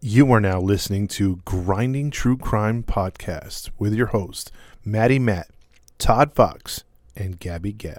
You are now listening to Grinding True Crime Podcast with your host, Maddie Matt, Todd Fox, and Gabby Gab.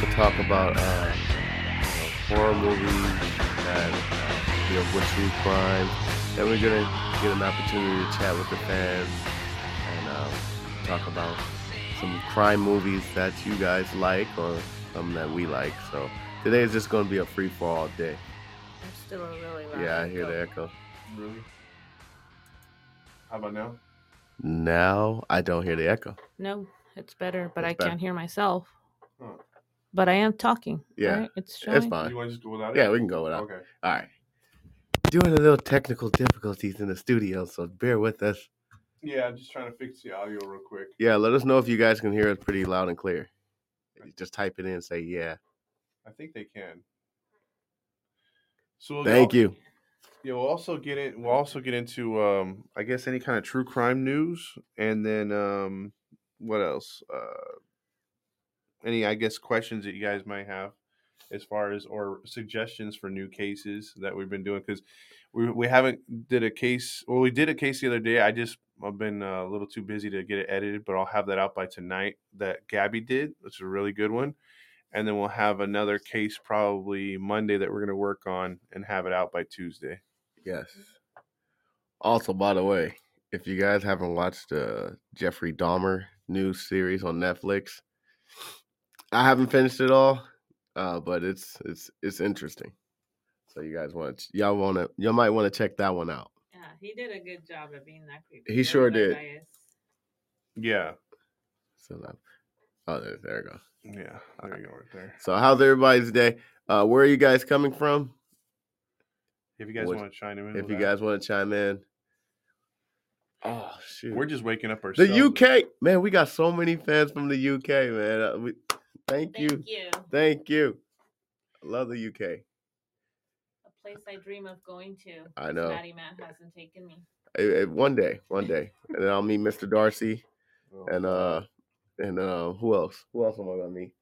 to talk about uh, you know, horror movies that uh, you know with true crime. Then we're gonna get an opportunity to chat with the fans and um, talk about some crime movies that you guys like or some that we like. So today is just gonna be a free for all day. I'm still a really loud. Yeah, I hear echo. the echo. Really? How about now? Now I don't hear the echo. No, it's better, but It's I better. can't hear myself. Huh. But I am talking. Yeah, right? it's showing. It's You fine. want to just go without it? Uh, Yeah, we can go without. Okay. All right. Doing a little technical difficulties in the studio, so bear with us. Yeah, I'm just trying to fix the audio real quick. Yeah, let us know if you guys can hear us pretty loud and clear. Just type it in and say yeah. I think they can. So we'll Thank go- you. Yeah, we'll also get in. We'll also get into, um, I guess, any kind of true crime news, and then um, what else? Uh, any, I guess, questions that you guys might have as far as or suggestions for new cases that we've been doing because we we haven't did a case. Well, we did a case the other day. I just I've been uh, a little too busy to get it edited, but I'll have that out by tonight. That Gabby did, which is a really good one. And then we'll have another case probably Monday that we're going to work on and have it out by Tuesday. Yes. Also, by the way, if you guys haven't watched the Jeffrey Dahmer new series on Netflix, I haven't finished it all, uh, but it's it's it's interesting. So you guys want to y'all want to y'all might want to check that one out. Yeah, he did a good job of being that creepy. He sure did. Yeah. So that, oh, there, there we go. Yeah. There you go right there. So how's everybody's day? Uh, where are you guys coming from? If you guys What- want to chime in. if with you that. guys want to chime in. Oh shoot! we're just waking up ourselves. the UK man. We got so many fans from the UK, man. Uh, we, thank, Thank you, you. thank you. I love the UK. A place I dream of going to. I 'cause know. Maddie Matt hasn't taken me. Eh, eh, one day, one day, and then I'll meet Mr. Darcy Oh, and uh and uh who else? Who else am I gonna meet?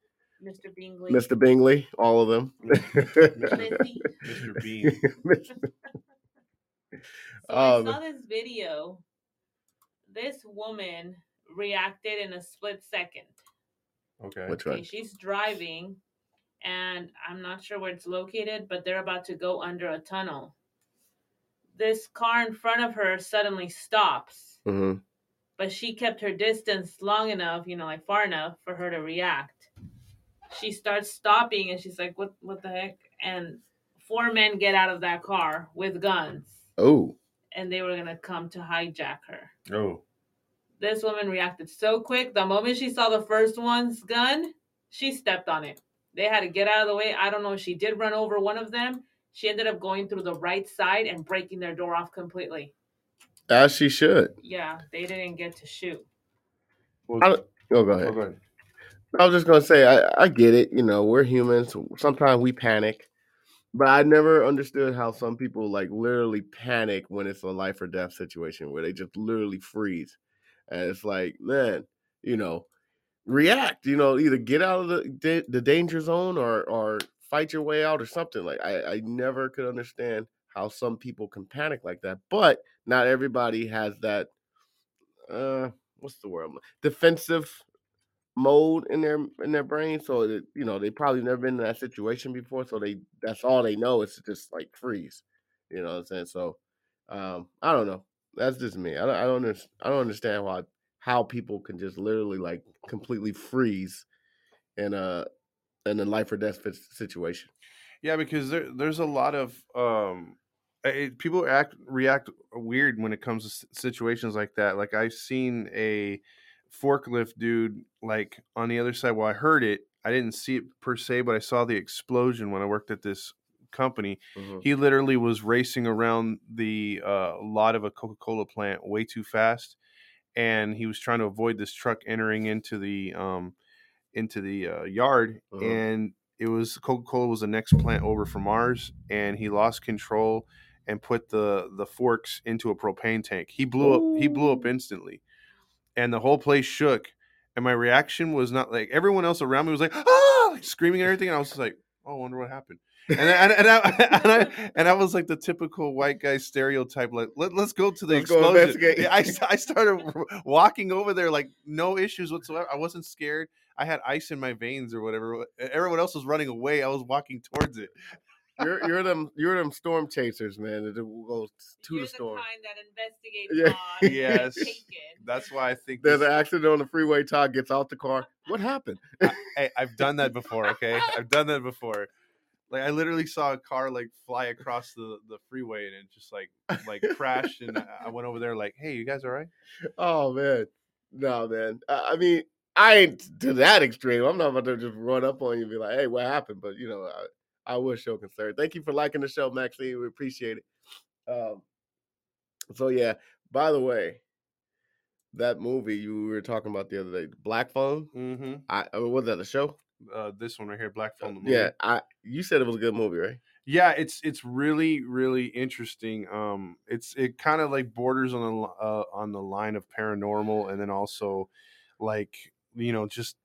Mr. Bingley. Mr. Bingley, all of them. Lizzie. Mr. Bean. So Um, I saw this video. This woman reacted in a split second. Okay. Which Okay, one? she's driving, and I'm not sure where it's located, but they're about to go under a tunnel. This car in front of her suddenly stops, hmm but she kept her distance long enough, you know, like far enough for her to react. She starts stopping, and she's like, "What? What the heck?" And four men get out of that car with guns, Oh, and they were gonna come to hijack her. Oh. This woman reacted so quick. The moment she saw the first one's gun, she stepped on it. They had to get out of the way. I don't know if she did run over one of them. She ended up going through the right side and breaking their door off completely. as she should. Yeah, they didn't get to shoot. Well, I don't- Oh, go oh, ahead. go ahead. I was just gonna say I, I get it. You know, we're humans. Sometimes we panic, but I never understood how some people like literally panic when it's a life or death situation where they just literally freeze, and it's like, man, you know, react. You know, either get out of the da- the danger zone or or fight your way out or something. Like I, I never could understand how some people can panic like that, but not everybody has that. Uh, what's the word? Defensive mode in their in their brain. So that, you know they probably never been in that situation before. So they that's all they know is to just like freeze. You know what I'm saying? So um, I don't know. That's just me. I don't I don't, under, I don't understand why how people can just literally like completely freeze in a in a life or death fit- situation. Yeah, because there, there's a lot of um, eh, people act react weird when it comes to s- situations like that. Like I've seen a forklift dude like on the other side. Well, I heard it. I didn't see it per se, but I saw the explosion when I worked at this company. He literally was racing around the uh, lot of a Coca-Cola plant way too fast, and he was trying to avoid this truck entering into the um, into the uh, yard Uh-huh. and it was coca-cola was the next plant over from ours and he lost control and put the the forks into a propane tank he blew up he blew up instantly and the whole place shook and my reaction was not like everyone else around me was like ah like screaming and everything and i was just like oh i wonder what happened and I, and, and, I, and I and I was like the typical white guy stereotype, like let, let's go to the Let's go explosion. investigate. Yeah, I, st- I started walking over there like no issues whatsoever. I wasn't scared. I had ice in my veins or whatever. Everyone else was running away. I was walking towards it. You're you're them you're them storm chasers, man. That will go to You're the the storm. kind that investigates Yeah. laws and Yes. take it. That's why I think There's an this- accident on the freeway. Todd gets out the car. What happened? hey, I've done that before. Okay, I've done that before. Like I literally saw a car like fly across the, the freeway and it just like like crashed and I- I went over there like, hey, you guys all right? Oh man, no man. I, I mean, I ain't to that extreme. I'm not about to just run up on you and be like, "Hey, what happened?" But you know, I, I was show concern. Thank you for liking the show, Maxine. We appreciate it. Um, so yeah. By the way, that movie you were talking about the other day, Black Phone. Mm-hmm. I I mean, was that a show? Uh, this one right here, Black Phone. The movie. Yeah, I. You said it was a good movie, right? yeah it's it's really really interesting um it's it kind of like borders on the li- uh, on the line of paranormal and then also like you know just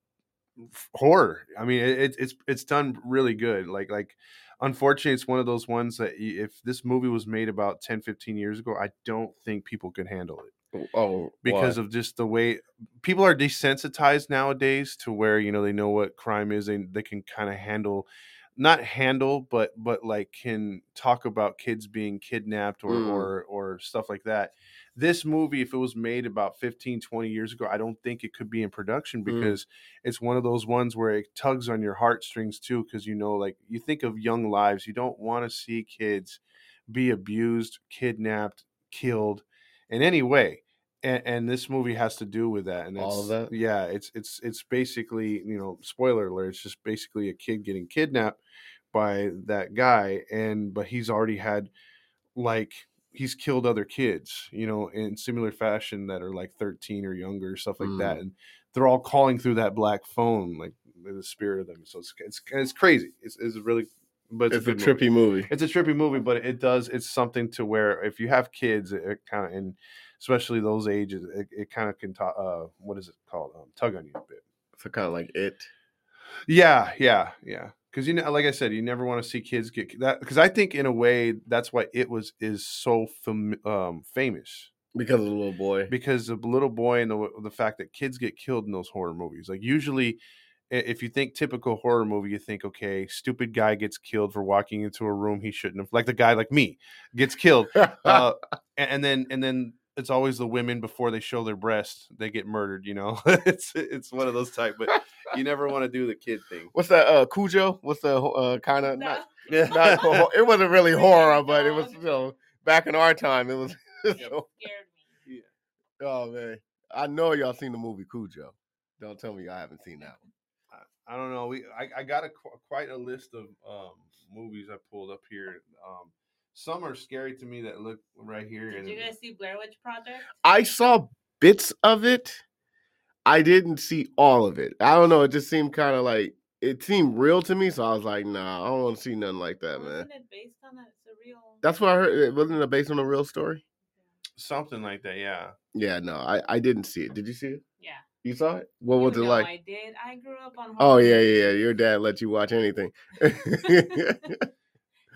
f- horror i mean it, it- it's it's done really good like like unfortunately it's one of those ones that y- if this movie was made about 10 15 years ago i don't think people could handle it Oh, because of just the way people are desensitized nowadays to where you know they know what crime is and they can kind of handle not handle but but like can talk about kids being kidnapped or Mm. or or stuff like that this movie if it was made about 15 20 years ago i don't think it could be in production because it's one of those ones where it tugs on your heartstrings too because you know like you think of young lives you don't want to see kids be abused kidnapped killed in any way and, and this movie has to do with that and All of that's- that? yeah it's it's it's basically you know spoiler alert it's just basically a kid getting kidnapped by that guy and but he's already had like he's killed other kids you know in similar fashion that are like 13 or younger stuff like Mm. that and they're all calling through that black phone like the spirit of them so it's it's, it's crazy it's, it's really but it's it's, a good movie trippy movie. it's a trippy movie, but it does it's something to where if you have kids, it, kind of and especially those ages, it, it kind of can ta- uh what is it called um, tug on you a bit. So kind of like it. Yeah, yeah, yeah. Because you know, like I said, you never want to see kids get that. Because I think in a way that's why it was is so fam- um, famous Because of the little boy. because the little boy and the the fact that kids get killed in those horror movies. Like usually, i- if you think typical horror movie, you think okay, stupid guy gets killed for walking into a room he shouldn't have. Like the guy like me gets killed, uh, a- and then and then it's always the women before they show their breast they get murdered. You know, it's it's one of those type, but you never want to do the kid thing. What's that? Uh, Cujo? What's the ho- uh, kind of not? No. Not ho- ho- it wasn't really Yeah, horror, but it no. was you know back in our time. It was. It so- scared me. oh man, I know y'all seen the movie Cujo. Don't tell me y'all haven't seen that one. I don't know. We I, I got a qu- quite a list of um, movies I pulled up here. Um, some are scary to me that look right here. Did and you guys see Blair Witch Project? I saw bits of it. I didn't see all of it. I don't know. It just seemed kind of like it seemed real to me, so I was like, nah, I don't want to see nothing like that, man. Wasn't it based on that surreal? That's what I heard. It wasn't it based on a real story? something like that. Yeah, Yeah, no, I I didn't see it. Did you see it? yeah. You saw it? What was it You know like? I did. I grew up on. Oh horror yeah, movies. yeah, yeah. Your dad let you watch anything. that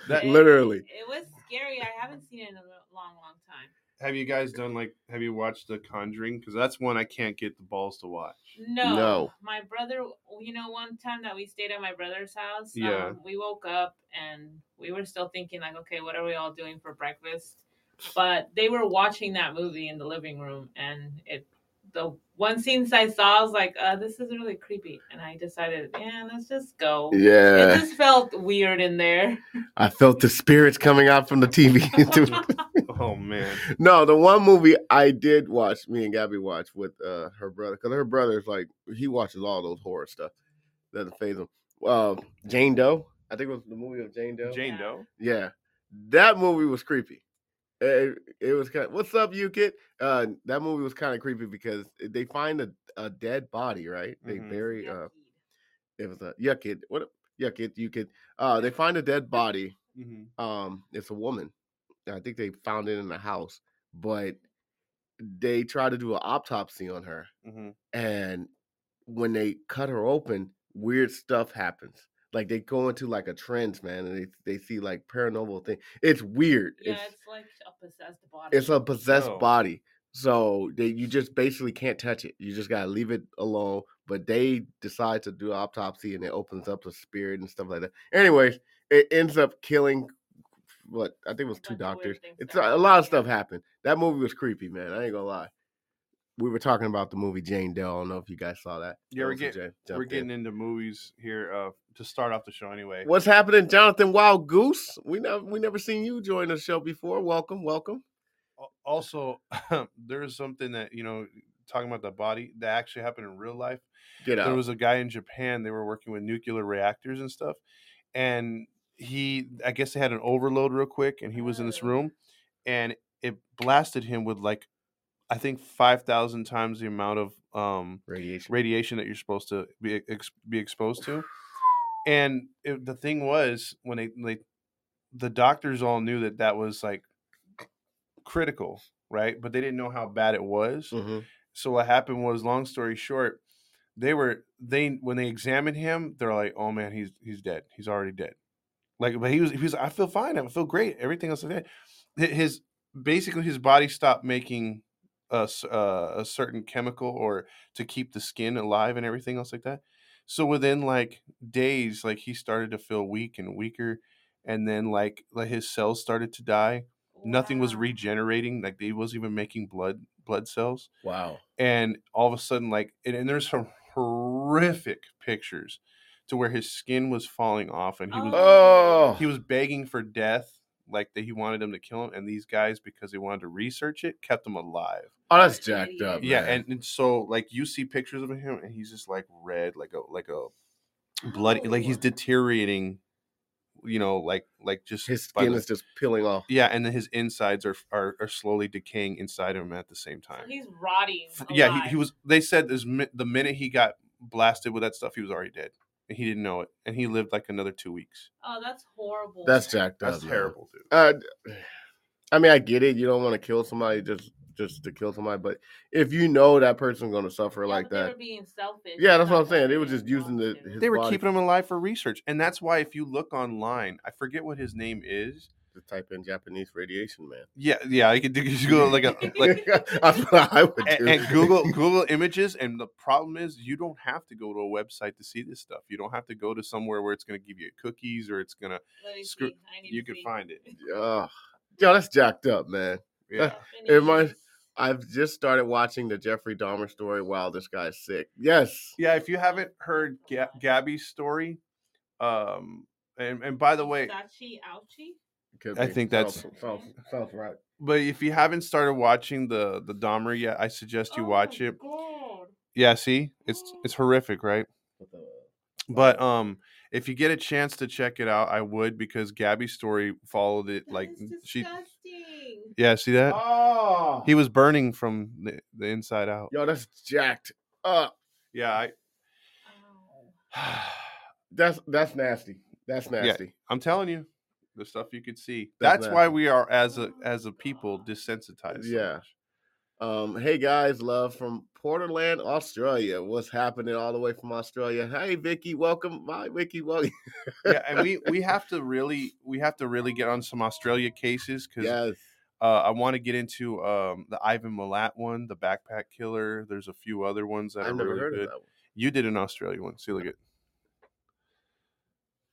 Yeah. Literally. It was scary. I haven't seen it in a lo- long, long time. have you guys done like have you watched The Conjuring? Because that's one I can't get the balls to watch. No. No. My brother, you know, one time that we stayed at my brother's house, Yeah. um, we woke up and we were still thinking, like, okay, what are we all doing for breakfast? But they were watching that movie in the living room and it, the one scene I saw, I was like, uh, this is really creepy. And I decided, yeah, let's just go. It Yeah, just felt weird in there. I felt the spirits coming out from the TV. Mm. Oh man. no, the one movie I did watch, me and Gabby watched with uh, her brother, because her brother's like he watches all those horror stuff. Doesn't phase him. Uh, Jane Doe. I think it was the movie of Jane Doe. Jane Doe. Yeah, that movie was creepy. It, it was kind. Of, What's up, you kid? Uh, that movie was kind of creepy because eh, they find a, a dead body, right? They Mhm. bury. Uh, it was a yeah, kid. What a- yeah, kid? You kid. Uh, they find a dead body hmm um it's a woman i think they found it in the house but they tried to do an autopsy on her hmm and when they cut her open weird stuff happens like they go into like a trance man and they, they see like paranormal thing it's weird Yeah, it's it's, like a possessed body. it's a possessed Oh. body so they, you just basically can't touch it you just gotta leave it alone but they decide to do autopsy and it opens up the spirit and stuff like that anyways it ends up killing what i think it was A two bunch of weird doctors things it's start a, a lot of happening, stuff happened that movie was creepy man i ain't gonna lie we were talking about the movie jane Doe. i don't know if you guys saw that Yeah, we're Melissa getting- J- We're jumped in. getting into movies here uh, to start off the show anyway. what's happening jonathan wild goose we never we never seen you join the show before welcome welcome Al- Also, there's something that you know, talking about the body that actually happened in real life. get out There was a guy in Japan. They were working with nuclear reactors and stuff, and he, I guess, they had an overload real quick, and he was in this Oh. room, and it blasted him with like, I think five thousand times the amount of um, radiation radiation that you're supposed to be e-, ex- be exposed to. And it, the thing was, when they like, the doctors all knew that that was like critical, right? But they didn't know how bad it was. Mhm. So what happened was, long story short, they were they when they examined him, they're like, "Oh man, he's he's dead. He's already dead." Like, but he was he was. I feel fine. I feel great. Everything else is dead. Hi- His basically his body stopped making a s- uh, a certain chemical or to keep the skin alive and everything else like that. So within like days, like he started to feel weak and weaker, and then like like his cells started to die. Nothing was Wow. regenerating. Like they wasn't even making blood blood cells wow and all of a sudden like and, and there's some horrific pictures to where his skin was falling off and he was oh he was begging for death like that he wanted them to kill him and these guys because they wanted to research it kept him alive Oh, that's That's an jacked up. idiot. yeah man. and, and so like you see pictures of him and he's just like red like a like a blood like he's Oh. deteriorating you know like like just his by skin the- is just peeling off. yeah and then his insides are, are are slowly decaying inside of him at the same So time he's rotting. F- yeah, he, alive. he was. They said this mi- the minute he got blasted with that stuff, he was already dead. And he didn't know it, and he lived like another two weeks. Oh, that's horrible. That's jacked up. That's man. terrible, dude. Uh, I mean, I get it. You don't want to kill somebody just just to kill somebody, but if you know that person's gonna suffer Yeah, like but they were that, being selfish. yeah, that's about what I'm saying. They were they just using the. wanted. His They were body keeping him alive for research, and that's why if you look online, I forget what his name is. to type in Japanese radiation man. Yeah, yeah, I could do you go like a like. that's what I would And, do. and Google Google Images, and the problem is you don't have to go to a website to see this stuff. You don't have to go to somewhere where it's going to give you cookies or it's going to. Let me Screw- see. I need You to can see. find it. Ugh. yo, that's jacked up, man. Yeah. Japanese. It reminds- I've just started watching the Jeffrey Dahmer story. Wow, this guy's sick. Yes. yeah if you haven't heard Ga- gabby's story um and, and by the way Sachi Auchi. Could I be. think Sounds- that's- sounds, sounds right. but if you haven't started watching the the dahmer yet i suggest you Oh watch my it God. yeah see it's it's horrific right What the- but um if you get a chance to check it out i would because gabby's story followed it That like is she disgusting. yeah see that Oh, he was burning from the, the inside out yo, that's jacked up. yeah Ow. i That's that's nasty. That's nasty. i'm telling you the stuff you could see That's that's, why nasty. we are as a as a people desensitized so Yeah. much. Um, hey guys, love from Portland, Australia. What's happening all the way from Australia? Hey, Vicky, welcome. Hi, Vicky. Welcome. yeah, and we we have to really we have to really get on some Australia cases because Yes. uh, I want to get into um, the Ivan Milat one, the backpack killer. There's a few other ones that I've are never really heard good. of that one. You did an Australia one. See, look at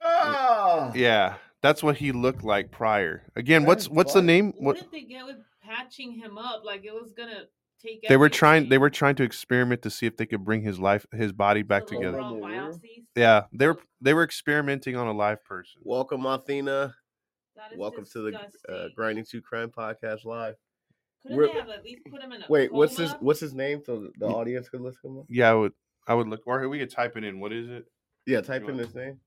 Oh, yeah, that's what he looked like prior. Again, what's That is what's the wild. name? What What did they get with patching him up? Like it was gonna take. They were everything. trying. They were trying to experiment to see if they could bring his life, his body back The together. overall biopsies. Yeah, they were. They were experimenting on a live person. Welcome, Athena. That is Welcome to the uh, disgusting. Grinding Two Crime Podcast Live. Couldn't we're- they have at least put him in a Wait, what's coma? his what's his name so th- the Mm. audience could look him up? Yeah, I would. I would look, or we could type it in. What is it? Yeah, type in want- his name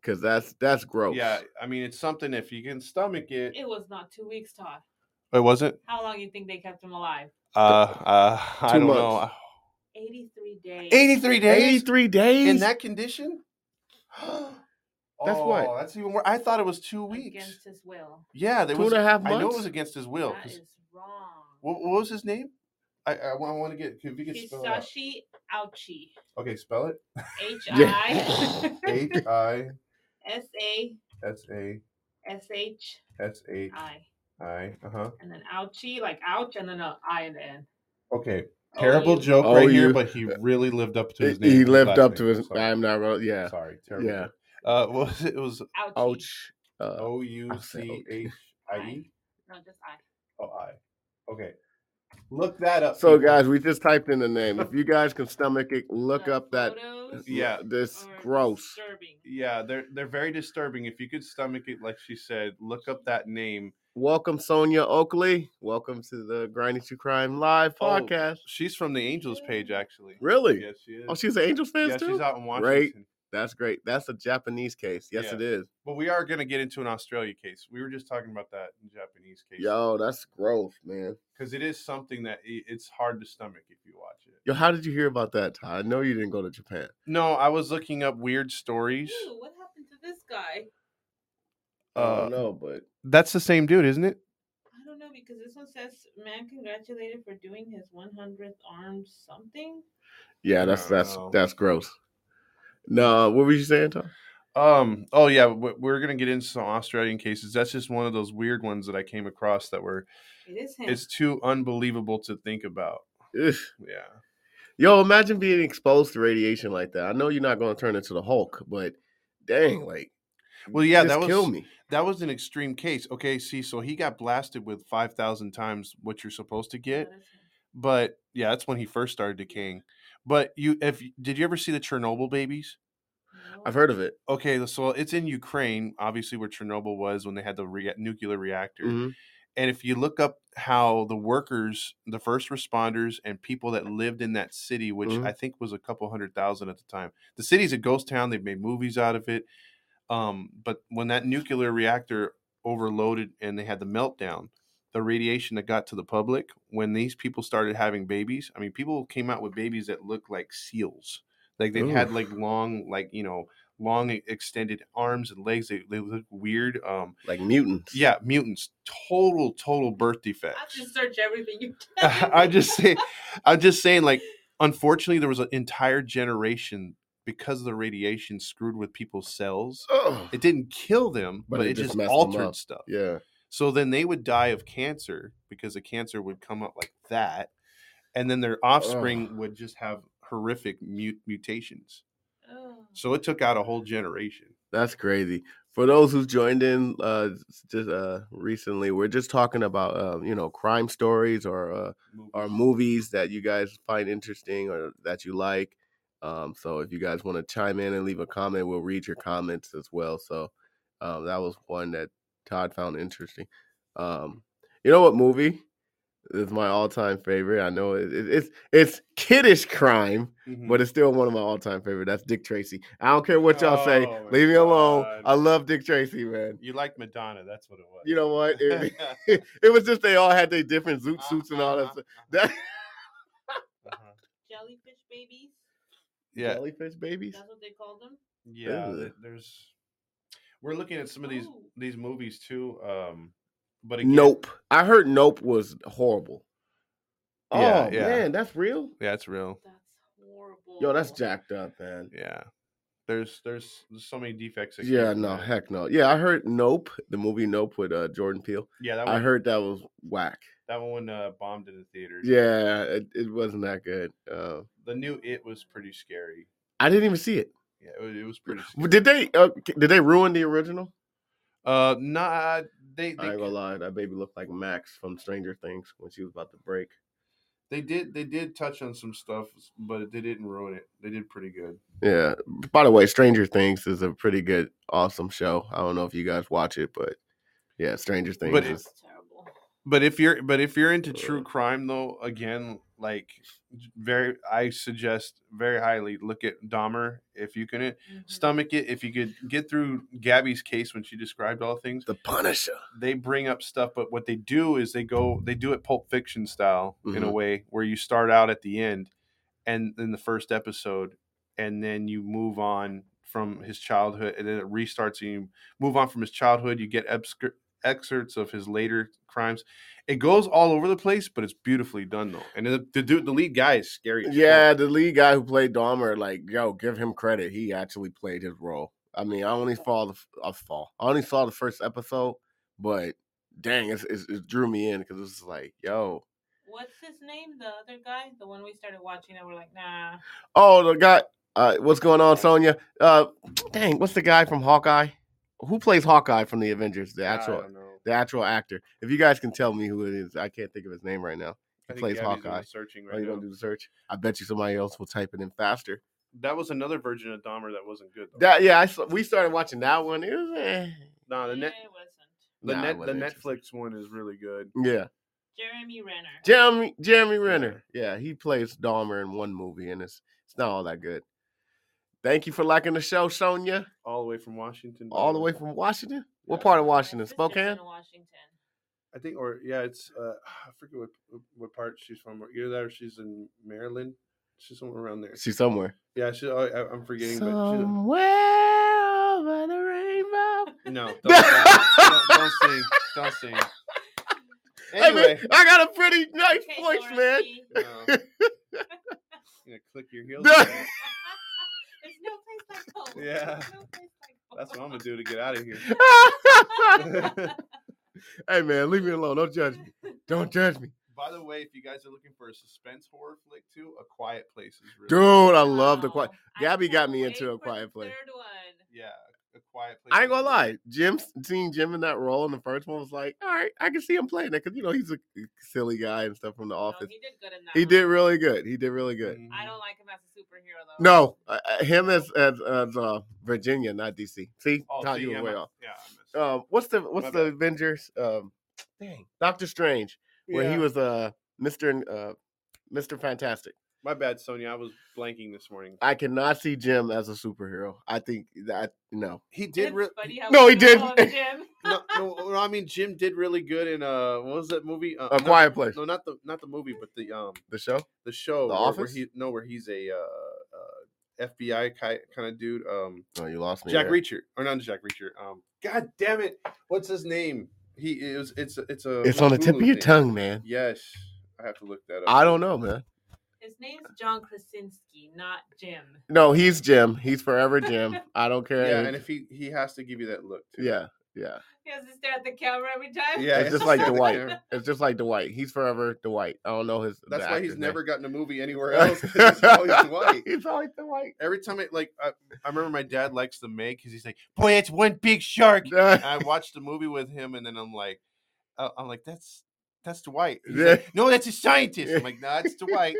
because that's that's gross. Yeah, I mean, it's something. If you can stomach it, It was not two weeks, Todd. it wasn't. How long you think they kept him alive? Uh, uh I Two don't know. months. Eighty-three days. Eighty-three days eighty-three days. in that condition. That's what? Oh, That's even worse. I thought it was two weeks. against his will. Yeah, there Two was. and a half I know it months? was against his That will. is 'cause- wrong. What, what was his name? I I, want to get. If you could spell it. out. Hisashi Auchi. Okay, spell it. H I Yeah. H I S A S A S H S H I. I. Uh huh. And then ouchie, like ouch, and then an I in the end. Okay. Terrible joke Oh, right here, you- but he really lived up to his He- name. he his lived last up to name, his. Sorry. I'm not wrong. Yeah. Sorry. Terrible. Yeah. joke. Uh, what was it? It was Ouchie. Ouch. Uh, O U C ouch. H I E. No, just I. Oh, I. Okay. Look that up. so people. guys, we just typed in the name. If you guys can stomach it, look The up that. photos Yeah. This are gross. Disturbing. Yeah, they're they're very disturbing. If you could stomach it, like she said, look up that name. Welcome, Sonia Oakley. Welcome to the Grinding to Crime Live Oh. podcast. She's from the Angels page, actually. Really? Yes, she is. Oh, she's an Angels fan yeah, too. she's out in Washington. Great. That's great. That's a Japanese case. Yes, Yeah. it is. But we are going to get into an Australia case. We were just talking about that in Japanese case Yo, that's gross, man. because it is something that i it's hard to stomach if you watch it. Yo, how did you hear about that, Ty? I know you didn't go to Japan. No, I was looking up weird stories. Ew, what happened to this guy? I Uh, don't know, but That's the same dude, isn't it? I don't know because this one says man congratulated for doing his 100th arm something. yeah, that's that's No. that's gross. No, what were you saying, Ty? Um. Oh yeah, we- we're going to get into some Australian cases. That's just one of those weird ones that I came across that were It is him. it's too unbelievable to think about. Ugh. Yeah. Yo, imagine being exposed to radiation like that. I know you're not going to turn into the Hulk, but dang, like, Well, yeah, just that was kill me. that was an extreme case. Okay, see, so he got blasted with five thousand times what you're supposed to That get. is him. but yeah, that's when he first started decaying. But you, if y- did you ever see the Chernobyl babies? No. I've heard of it. Okay, so it's in Ukraine, obviously where Chernobyl was when they had the rea- nuclear reactor. Mhm. And if you look up how the workers, the first responders, and people that lived in that city, which Mhm. I think was a couple hundred thousand at the time, the city's a ghost town. They've made movies out of it. Um, but when that nuclear reactor overloaded and they had the meltdown, the radiation that got to the public, when these people started having babies, I mean, people came out with babies that looked like seals. Like they had Oof. like long, like, you know, long e- extended arms and legs. They, they look weird. Um, Like mutants. yeah, mutants. Total, total birth I defects. just search everything you I just say, I'm just saying, like, unfortunately, there was an entire generation because of the radiation screwed with people's cells. Ugh. It didn't kill them, But but, it it just just, messed them altered up. stuff. Yeah. So then they would die of cancer because the cancer would come up like that, and then their offspring Ugh. would just have horrific mut- mutations. Oh. So it took out a whole generation. That's crazy. For those who joined in uh, s- just uh, recently, we're just talking about uh, you know crime stories or uh, or movies that you guys find interesting or that you like. Um, so if you guys want to chime in and leave a comment, we'll read your comments as well. So um, that was one that Todd found interesting. Um, you know what movie is my all-time favorite? I know it, it, it's it's kiddish crime, Mhm. but it's still one of my all-time favorite. That's Dick Tracy. I don't care what y'all say. Oh, my Leave me alone. God. I love Dick Tracy, man. you like Madonna? That's what it was. You know what? It, it was just they all had their different zoot suits and all that. stuff. That Uh-huh. Jellyfish babies. Yeah, jellyfish babies. That's what they called them. yeah. Ugh. th- There's we're looking at some of these Ooh. these movies too. Um, but again, Oh. Nope. I heard Nope was horrible. Yeah, oh yeah. man, that's real. Yeah, it's real. That's horrible. Yo, that's jacked up, man. Yeah, there's there's, there's so many defects. that came Yeah, from no, that. heck no. Yeah, I heard Nope, the movie Nope with uh, Jordan Peele. Yeah, that one, I heard that was whack. that one uh, bombed in the theaters. Yeah, it, it wasn't that good. Uh, the new It was pretty scary. I didn't even see it. Yeah, it was, it was pretty. Well, Scary. Did they uh, c- did they ruin the original? Uh, nah, they, I they ain't gonna lie, that baby looked like Max from Stranger Things when she was about to break. They did they did touch on some stuff, but they didn't ruin it. They did pretty good. Yeah. By the way, Stranger Things is a pretty good, awesome show. I don't know if you guys watch it, but yeah, Stranger Things. But- is, terrible. But if you're but if you're into true Ugh. crime though, again, like very I suggest very highly look at Dahmer if you can Mm-hmm. stomach it. If you could get through Gabby's case when she described all things, the Punisher. they bring up stuff, but what they do is they go they do it pulp fiction style in a Mhm. way where you start out at the end and in the first episode and then you move on from his childhood and then it restarts and you move on from his childhood, you get abscr- excerpts of his later crimes. It goes all over the place, but it's beautifully done though. And the, the dude the lead guy is scary. as fuck. Yeah, the lead guy who played Dahmer, like, yo, give him credit. He actually played his role. I mean, I only saw the f- I fall. I only saw the first episode, but dang, it's, it's, it drew me in because it was like, yo, What's his name? The other guy, the one we started watching, and we're like, nah. oh, the guy. Uh, what's going on, Sonya? Uh, dang, what's the guy from Hawkeye? Who plays Hawkeye from the Avengers? The I actual, don't know. the actual actor. If you guys can tell me who it is, I can't think of his name right now. I think plays Gabby's doing the Hawkeye. Searching oh, right you now. gonna do the search? I bet you somebody else will type it in faster. that was another version of Dahmer that wasn't good. Though. That yeah, I, s- we started watching that one. It was, eh. nah, the net Yeah, it wasn't. the, Nah, it net, the wasn't interesting. Netflix one is really good. Yeah, Jeremy Renner. Jeremy Jeremy Renner. Yeah, he plays Dahmer in one movie, and it's it's not all that good. Thank you for liking the show, Sonia. all the way from Washington. All the down. way from Washington. What Yeah. part of My Washington? sister's in Spokane. Washington. I think, or yeah, it's uh, I forget what what part she's from. Either that, or she's in Maryland. She's somewhere around there. She's somewhere. yeah, she. I, I- I'm forgetting, but Somewhere over the rainbow. she's, no, don't, sing. don't, don't sing, don't sing. Anyway, Anyway, I got a pretty nice Okay, voice, man. Dorothy. no. you're gonna click your heels. No. in there. There's no place like home. Yeah. There's no place like home. That's what I'm gonna do to get out of here. hey man, leave me alone. Don't judge me. Don't judge me, By the way, if you guys are looking for a suspense horror flick too, A Quiet Place is really dude. I love the quiet. Wow. I Gabby got can't me into wait A for Quiet the Place. Third one. yeah, A Quiet Place. I ain't is gonna really- lie. Jim seeing Jim in that role in the first one was like, all right, I can see him playing it because you know he's a silly guy and stuff from the No, office. he did good in that. he one. did really good. He did really good. Mhm. I don't like him as a superhero though. No, uh, uh, him as as, as uh, Virginia, not DC. See, Oh, how see, you I'm were way not- off. Yeah, I missed it. Um, what's the what's My the Avengers? Um, dang, Doctor Strange, where Yeah. he was uh Mister uh Mister Fantastic. My bad, Sonia. I was blanking this morning. I cannot see Jim as a superhero. I think that no. He It's did. Re- funny how No, we he do didn't. all of Jim. no, no, no, I mean Jim did really good in uh, what was that movie? Uh, A not- Quiet Place. No, not the not the movie, but the um The show. the show. The where, Office? Where he, no, where he's a uh, uh, FBI kind of dude. Um, Oh, you lost me. Jack there. Reacher or not Jack Reacher. Um, God damn it, what's his name? He is. It's a- it's a. It's on the tip of Hulu your thing. tongue, man. Yes, I have to look that up. I don't know, man. His name's John Krasinski, not Jim. No, he's Jim. He's forever Jim. I don't care. Yeah, if- and if he he has to give you that look. Too. yeah, yeah. He has to stare at the camera every time. Yeah, it's just it's like just the Dwight. camera. It's just like Dwight. He's forever Dwight. I don't know his. the That's why actor's he's name. never gotten a movie anywhere else. 'cause It's always Dwight. he's always Dwight. every time it like I, I remember my dad likes the Meg because he's like, boy, it's one big shark. And I watched the movie with him, and then I'm like, uh, I'm like, that's that's Dwight. He's Yeah. like, no, that's a scientist. I'm like, no, nah, it's Dwight.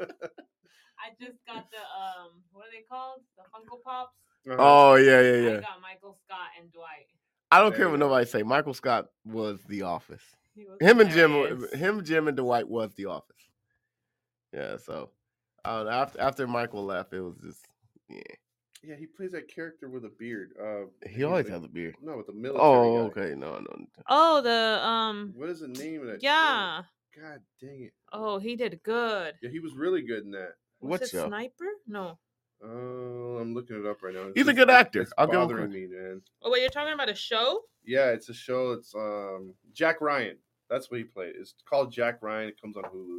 I just got the um, what are they called? The Funko Pops. Uh-huh. Oh yeah, yeah, I yeah. got Michael Scott and Dwight. I don't There care you what go. nobody say. Michael Scott was The Office. He was Him and Jim. hilarious. were- Him, Jim, and Dwight was The Office. Yeah. So, uh, after after Michael left, it was just yeah. yeah, he plays that character with a beard. Uh, He always has a beard. no with the military. Oh, guy. okay. No, no. Oh, the um, What is the name of that? show? yeah. God dang it. Oh, he did good. Yeah, he was really good in that. Was What it show? Sniper? No. Oh, I'm looking it up right now. It's He's a just- good it's- actor. It's I'll give him bothering me, man. Oh, wait, you're talking about a show? Yeah, it's a show. It's um Jack Ryan. That's what he played. It's called Jack Ryan. It comes on Hulu.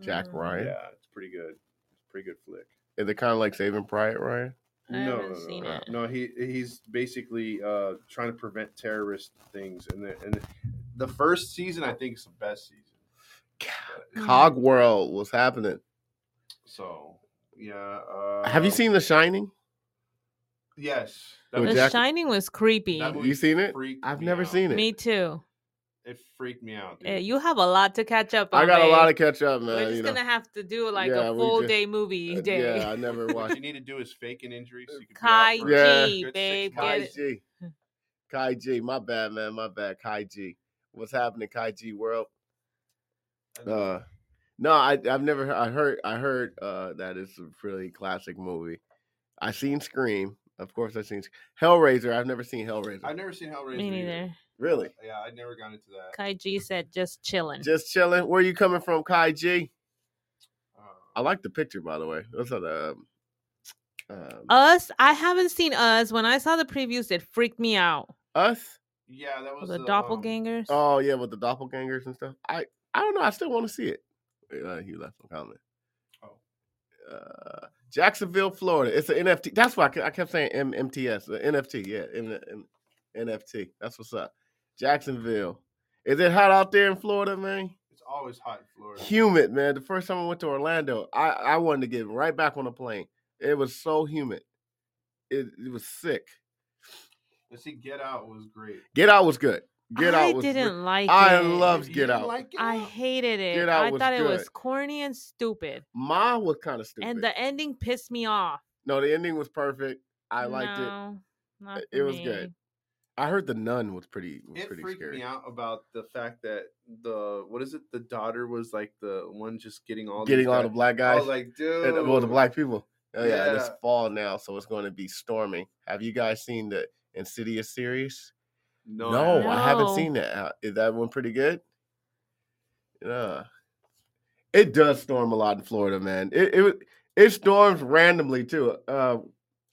Mm. Jack Ryan. Mm-hmm. Yeah, it's pretty good. It's a pretty good flick. Is it kind of like Saving Private Ryan? I no, haven't no, no, seen no. it. No, he he's basically uh trying to prevent terrorist things, and the and the first season I think is the best season. Mm. But- Cog World was happening. So yeah. Uh, Have you seen The Shining? Yes. With The Jack- Shining was creepy. that You movie seen it? freaked I've me never out. seen it. Me too. it freaked me out. Eh, dude. you have a lot to catch up on. I got a babe. lot of catch up, man. We're just you know. gonna have to do like Yeah, a we full ju- day movie Uh, day. Yeah, I never what watched you need to do is fake an injury so you can Kai be out for a G, good six babe, get months. Kai it. G. Kai G. My bad, man. My bad. Kai G. What's happening, Kai G world? Uh no, I I've never he- I heard I heard uh that it's a really classic movie. I seen Scream. Of course I seen Sc- Hellraiser. I've never seen Hellraiser. I've never seen Hellraiser. Me either. neither. really? Yeah, I'd never gone into that. Kai G said just chilling. Just chilling. Where you coming from, Kai G? I Uh, like the picture by the way. That's not um, um, Us, I haven't seen Us. When I saw the previews, it freaked me out. us? yeah, that was the um, doppelgangers. Oh yeah, with the doppelgangers and stuff. I I don't know. I still want to see it. Wait, Uh, he left a comment. Oh. Uh, Jacksonville, Florida. It's an NFT. That's why I ke- I kept saying MMTS. uh, NFT. Yeah, M- M- NFT. That's what's up. Jacksonville. Is it hot out there in Florida, man? It's always hot in Florida. Humid, man. The first time I went to Orlando, I, I wanted to get right back on the plane. It was so humid. It, it was sick. But see, Get Out was great. Get Out was good. Get I Out was re- didn't like I it. love- Loves You Get didn't Out. Like Get I Out? hated it. Get Out I was thought it was good. corny and stupid. Ma was kind of stupid. And the ending pissed me off. No, the ending was perfect. I liked it. no, Not It for was good. me. I heard the nun was pretty was It pretty freaked scary. me out about the fact that the what is it? The daughter was like the one just getting all Getting these all guy- the black guys, Oh, like dude. and, well, the black people. Oh yeah, and it's Yeah. fall now, so it's going to be stormy. Have you guys seen the Insidious series? No, No, I haven't. I haven't No. seen that. Uh, Is that one pretty good? Yeah, it does storm a lot in Florida, man. It it was- it storms randomly too. Uh,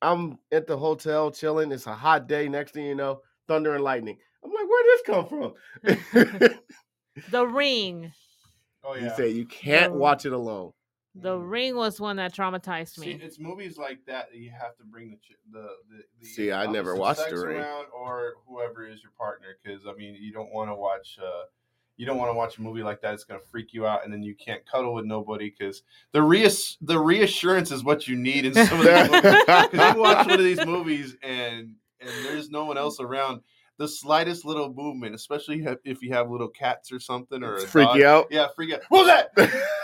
I'm at the hotel chilling. It's a hot day. Next thing you know, thunder and lightning. I'm like, where would this come from? The Ring. Oh You yeah. say you can't No. watch it alone. The Mhm. Ring was one that traumatized See, me. it's movies like that that you have to bring the ch- the the. the See, I never opposite watched sex The Ring. around or whoever is your partner, because I mean, you don't want to watch. Uh, you don't want to watch a movie like that. It's going to freak you out, and then you can't cuddle with nobody because the reass- the reassurance is what you need in some of these movies. Because you watch one of these movies and and there's no one else around, the slightest little movement, especially if- if you have little cats or something or a dog, Freaky out. Yeah, freak out. What was that?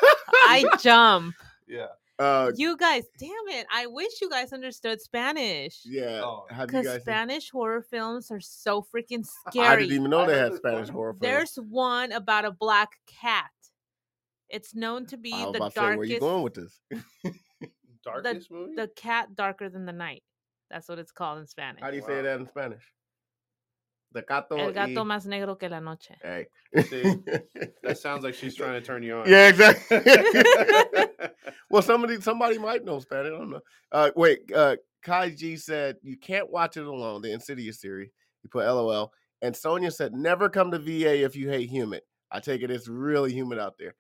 I jump. Yeah. Uh, You guys, damn it. I wish you guys understood Spanish. yeah. Oh. Have you Because guys? seen- Spanish horror films are so freaking scary. I didn't even know I they heard had there's Spanish one. horror films. There's one about a black cat. It's known to be I was the about to say, where you darkest, going with this? Darkness movie. the cat darker than the night. That's what it's called in Spanish. How do you say Wow. that in Spanish? The gato. El y- gato más negro que la noche. Hey. See? That sounds like she's trying to turn you on. yeah, exactly. well, somebody somebody might know Spanish. I don't know. Uh, wait, uh, Kai G said you can't watch it alone. The Insidious series. You put LOL. And Sonia said never come to VA if you hate humid. I take it it's really humid out there.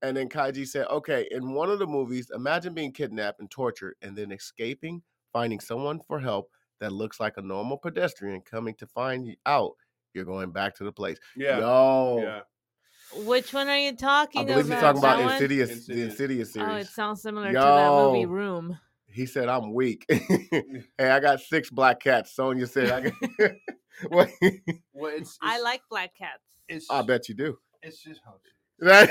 And then Kai G said, okay, in one of the movies, imagine being kidnapped and tortured and then escaping, finding someone for help that looks like a normal pedestrian coming to find you out. You're going back to the place. yeah. Yo. yeah. Which one are you I talking believe about? he's talking about That one? Insidious, the Insidious. Insidious series. uh, Oh, it sounds similar to that movie Yo. Room. he said, "I'm weak." hey, I got six black cats. Sonya said, "I got." What- Well, it's, it's I like black cats. It's, I bet you do. it's just how she- Right?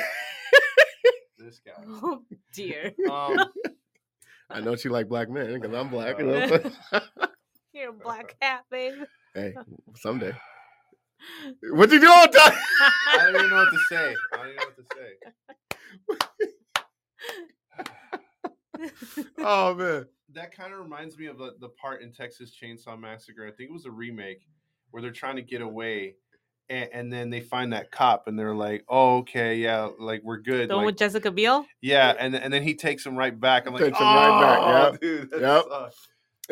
this guy. Oh dear. Um, I know she like black men because I'm black. you know? You're a black cat, babe. hey, someday. What you doing? Ty? I don't even know what to say. I don't even know what to say. oh man, That kind of reminds me of the, the part in Texas Chainsaw Massacre. I think it was a remake where they're trying to get away, and, and then they find that cop, and they're like, "Oh, okay, yeah, like we're good." the one like, with Jessica Biel? yeah, and and then he takes him right back. I'm like, Takes "Oh, him right back, yep, dude, that yep. sucks."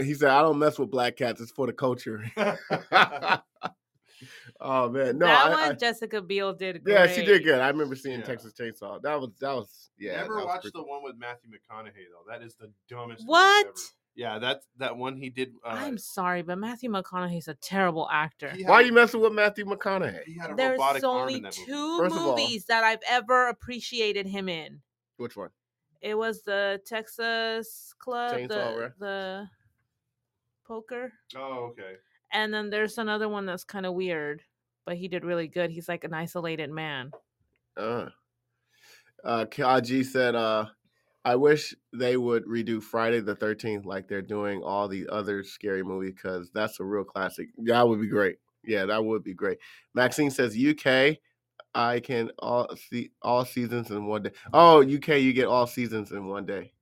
he said, "I don't mess with black cats. It's for the culture." oh man, no, that I, one I- Jessica Biel did great. yeah, she did good. I remember seeing Yeah. Texas Chainsaw. That was that was yeah. Never that was watched pretty- the one with Matthew McConaughey though. That is the dumbest. movie What? ever. Yeah, that's that one he did. Uh, I'm sorry, but Matthew McConaughey's a terrible actor. he had Why a- are you messing with Matthew McConaughey? He had a There's robotic arm only in that movie. two First of all- movies that I've ever appreciated him in. Which one? It was the Texas Club, Chainsaw, the, right? the poker, Oh, okay. and then there's another one that's kind of weird. but he did really good. He's like an isolated man. Uh, uh, Kaji said, uh, I wish they would redo Friday the 13th like they're doing all the other scary movies because that's a real classic. That would be great. Yeah, that would be great. Maxine says, UK, I can all see all seasons in one day. Oh, UK, you get all seasons in one day.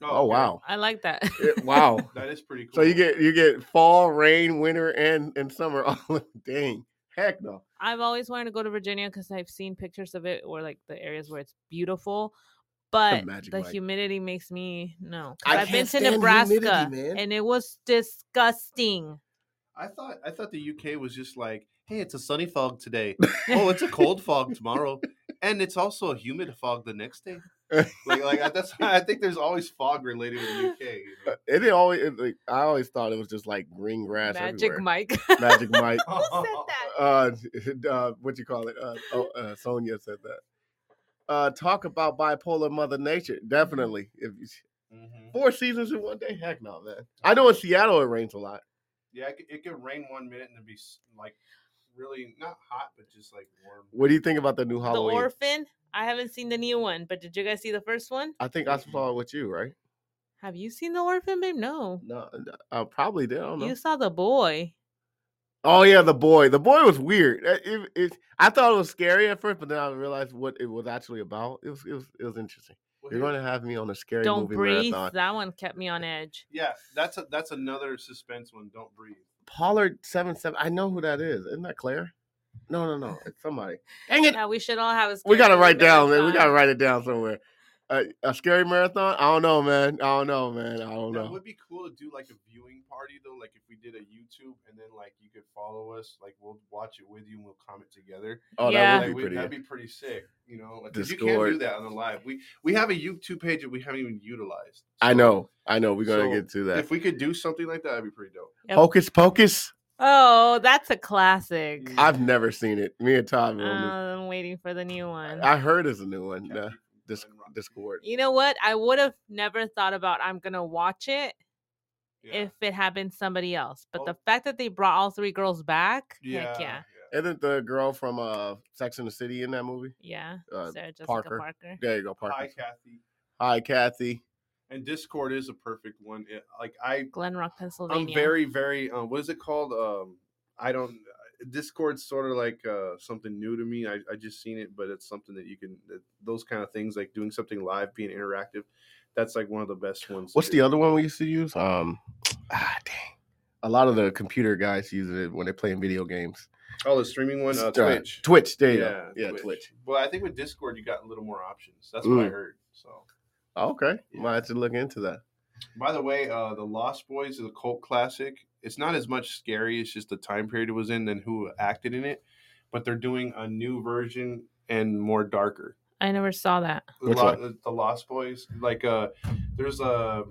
Oh, okay. wow. I like that. It- wow. that is pretty cool. So you get you get fall, rain, winter, and and summer. Oh, dang, heck no. I've always wanted to go to Virginia because I've seen pictures of it or like the areas where it's beautiful. But magic the light. humidity makes me no. I I've been can't to stand Nebraska humidity, man. and it was disgusting. I thought I thought the UK was just like, hey, it's a sunny fog today. oh, it's a cold fog tomorrow, and it's also a humid fog the next day. Like, like I- that's I think there's always fog related to the UK. you know? Uh, It always it, like, I always thought it was just like green grass Magic everywhere. Mike. Magic Mike. Who said that? Uh, uh, what you call it? Uh, oh, uh, Sonia said that. Uh, talk about bipolar mother nature. Mm-hmm. Definitely. If you, Mhm. four seasons in one day, heck no, man. I know in Seattle it rains a lot. Yeah, it, could- it could rain one minute and it'd be s- like really not hot, but just like warm. What do you think about the new The Halloween? Orphan. I haven't seen the new one, but did you guys see the first one? I think I saw it with you, right? Have you seen The Orphan, babe? No. No, I uh, probably did. I don't know. You saw The Boy. Oh yeah, the boy. The boy was weird. Uh, It, it, I thought it was scary at first, but then I realized what it was actually about. It was it was, it was interesting. Well, You're here- going to have me on a scary Don't movie Breathe. marathon. That one kept me on edge. Yeah, that's a, that's another suspense one. Don't breathe. Pollard seven seven. I know who that is. Isn't that Claire? No, no, no. It's somebody. Dang it! Yeah, we should all have a we gotta scary write down, man. We marathon. gotta write it down somewhere. A, a scary marathon? I don't know, man. I don't know, man. I don't That know. would be cool to do like a viewing party though. Like if we did a YouTube and then like you could follow us, like we'll watch it with you and we'll comment together. Oh, Yeah. that Like, would be we, pretty. that'd good. be pretty sick, you know. Like, 'cause you can't do Discord. that on the live. We we have a YouTube page that we haven't even utilized. I So know. I know. We're gonna So, get to that. If we could do something like that, that'd be pretty dope. Yep. Hocus Pocus. Oh, that's a classic. Mm. I've never seen it. Me and Todd. were on this- I'm waiting for the new one. I heard it's a new one. Kept Uh, you from Dis- going wrong. Discord. you know what? I would have never thought about I'm gonna watch it Yeah. if it had been somebody else. But Oh. the fact that they brought all three girls back, heck yeah, Isn't the girl from uh, Sex and the City in that movie? yeah. Uh, Sarah Jessica Parker. Parker. There you go, Parker. Hi, Hi, Kathy. Kathy. And Discord is a perfect one. It, like I, Glen Rock, Pennsylvania. I'm very, very. Uh, what is it called? Um, I don't. uh, Discord's sort of like uh, something new to me. I, I just seen it, but it's something that you can. That, those kind of things, like doing something live, being interactive. That's like one of the best ones. What's to the do. other one we used to use? Um, ah, dang. A lot of the computer guys use it when they're playing video games. Oh, the streaming one, uh, Uh, Twitch. Twitch. There you go. Yeah, Twitch. Well, I think with Discord you got a little more options. That's what I Mm. heard. So, Okay, Yeah. might have to look into that. by the way, uh, the Lost Boys is a cult classic. It's not as much scary. It's just the time period it was in and who acted in it. But they're doing a new version and more darker. I never saw that. The, Which Lo- the Lost Boys, like uh, there's a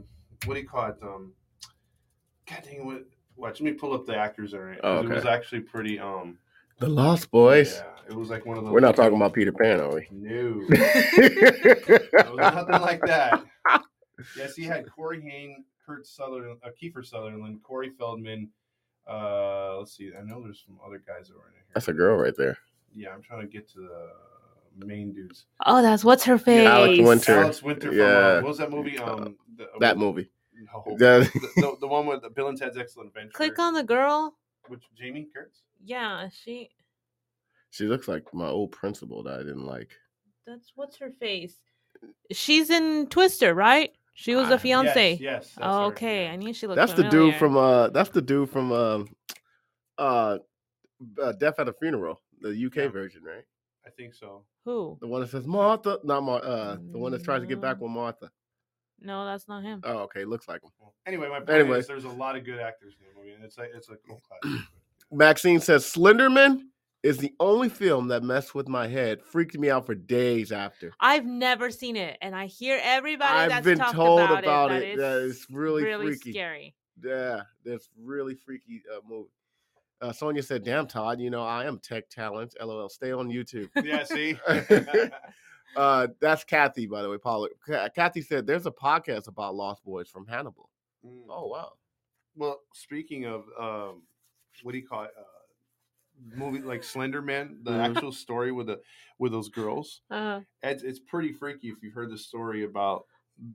what do you call it? Um, God dang it! What, watch, let me pull up the actors that are in it. 'cause Oh, Okay. It was actually pretty. Um, The Lost Boys. yeah, it was like one of those. We're not talking about Peter Pan, are we? No. It was nothing like that. Yes, he had Corey Haim, Kurt Sutherland, uh, Kiefer Sutherland, Corey Feldman. Uh, let's see. I know there's some other guys that were in it here. That's a girl right there. Yeah, I'm trying to get to the main dudes. Oh, that's what's her face. Alex Winter. Sure. Alex Winter. From, Yeah. uh, what was that movie? Uh, Um, the, That movie. No. That- the, the, the one with the Bill and Ted's Excellent Adventure. Click on the girl. Which Jamie Kurtz? Yeah, she. She looks like my old principal that I didn't like. That's what's her face. She's in Twister, right? She was Ah, a yes, fiance. Yes. yes that's oh, her, okay. yeah. I knew she looked. That's the dude familiar. from uh that's the dude from um uh, uh Death at a Funeral, the UK Yeah. version, right? I think so. who? The one that says Martha, not Mar uh the one that tries to Mm. get back No. with Martha. No, that's not him. Oh, okay, looks like him. Well, anyway, my point Anyway. is there's a lot of good actors in the movie, and it's like it's a cool classic. Maxine says Slenderman is the only film that messed with my head, freaked me out for days after. I've never seen it, and I hear everybody I've that's been talked told about, about it. it, that it's really freaky. scary. Yeah, that's really freaky uh, movie. Uh, Sonia said, "Damn, Todd, you know I am tech talent. LOL. Stay on YouTube." yeah, see. Uh, that's Kathy, by the way. Paula. Ka- Kathy said, "There's a podcast about Lost Boys from Hannibal." Mm. Oh wow. well, speaking of um, what do you call it? Uh, movie like Slender Man, the Mhm. actual story with the with those girls. Uh, It's it's pretty freaky if you've heard the story about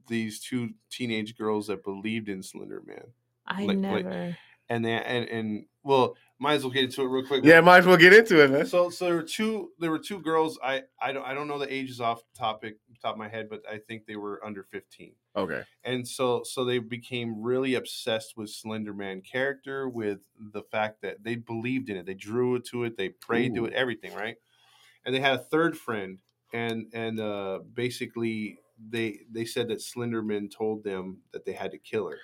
these two teenage girls that believed in Slender Man. I Like- like- never. And they and and well, might as well get into it real quick. Yeah, might as well get into it, man. So, so there were two. There were two girls. I, I don't, I don't know the ages off topic top of my head, but I think they were under fifteen. Okay. and so so they became really obsessed with slender man character with the fact that they believed in it they drew it to it they prayed to Ooh. it everything right and they had a third friend and and uh basically they they said that slenderman told them that they had to kill her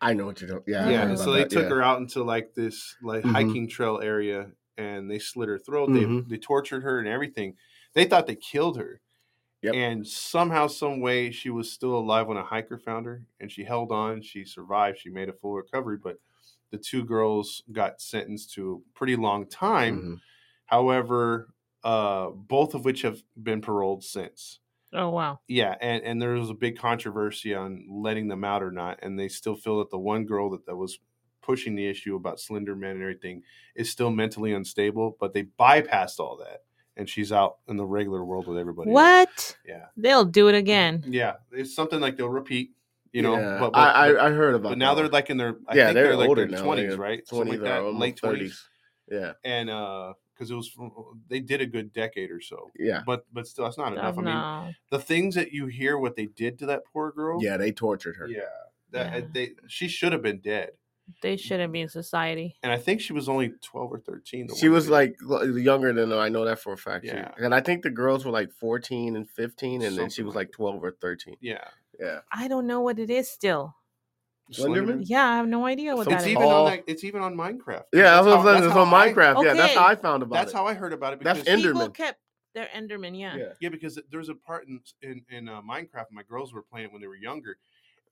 I know what you don't. Yeah. I yeah heard and about so they that, took yeah. her out into like this like Mhm. hiking trail area and they slit her throat Mhm. they, they tortured her and everything they thought they killed her Yep. and somehow some way she was still alive when a hiker found her and she held on she survived she made a full recovery but the two girls got sentenced to a pretty long time Mhm. however uh both of which have been paroled since Oh wow. yeah and and there was a big controversy on letting them out or not and they still feel that the one girl that, that was pushing the issue about slender man and everything is still mentally unstable but they bypassed all that and she's out in the regular world with everybody else. What? yeah They'll do it again. yeah it's something like they'll repeat you know Yeah, but, but, I, but- I I heard about. but now that they're one. like in their I yeah, think they're, like older their now. 20s they're right Twenties Something like or that, almost late 20s thirties. Yeah, and uh because it was from- they did a good decade or so yeah, but but still that's not enough Oh, i mean no. the things that you hear what they did to that poor girl yeah. They tortured her. Yeah. That Yeah. uh they she should have been dead. They shouldn't be in society. And I think she was only 12 or 13. the She one was that- like l- younger than her. I know that for a fact. She- Yeah. and I think the girls were like fourteen and fifteen, and then she Something was like like twelve or thirteen. yeah. Yeah, I don't know what it is still. Slenderman? Yeah, I have no idea what So that It's is. even all- on like, it's even on Minecraft. yeah. I was how- gonna say, it's how on I- Minecraft. Yeah, that's how Okay. I found about that's it. how I heard about it That's because in- People Enderman. kept their Enderman. Yeah. Yeah. yeah, because there's a part in in, in uh, Minecraft my girls were playing it when they were younger.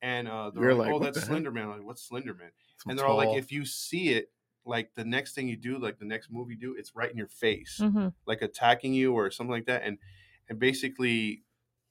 And uh, they're You're like, like, "Oh, "What that's the heck?" Slenderman." I'm like, "What's Slenderman?" Some And they're all like, tall- "If you see it, like the next thing you do, like the next movie you do, it's right in your face." Mm-hmm. like attacking you or something like that and and basically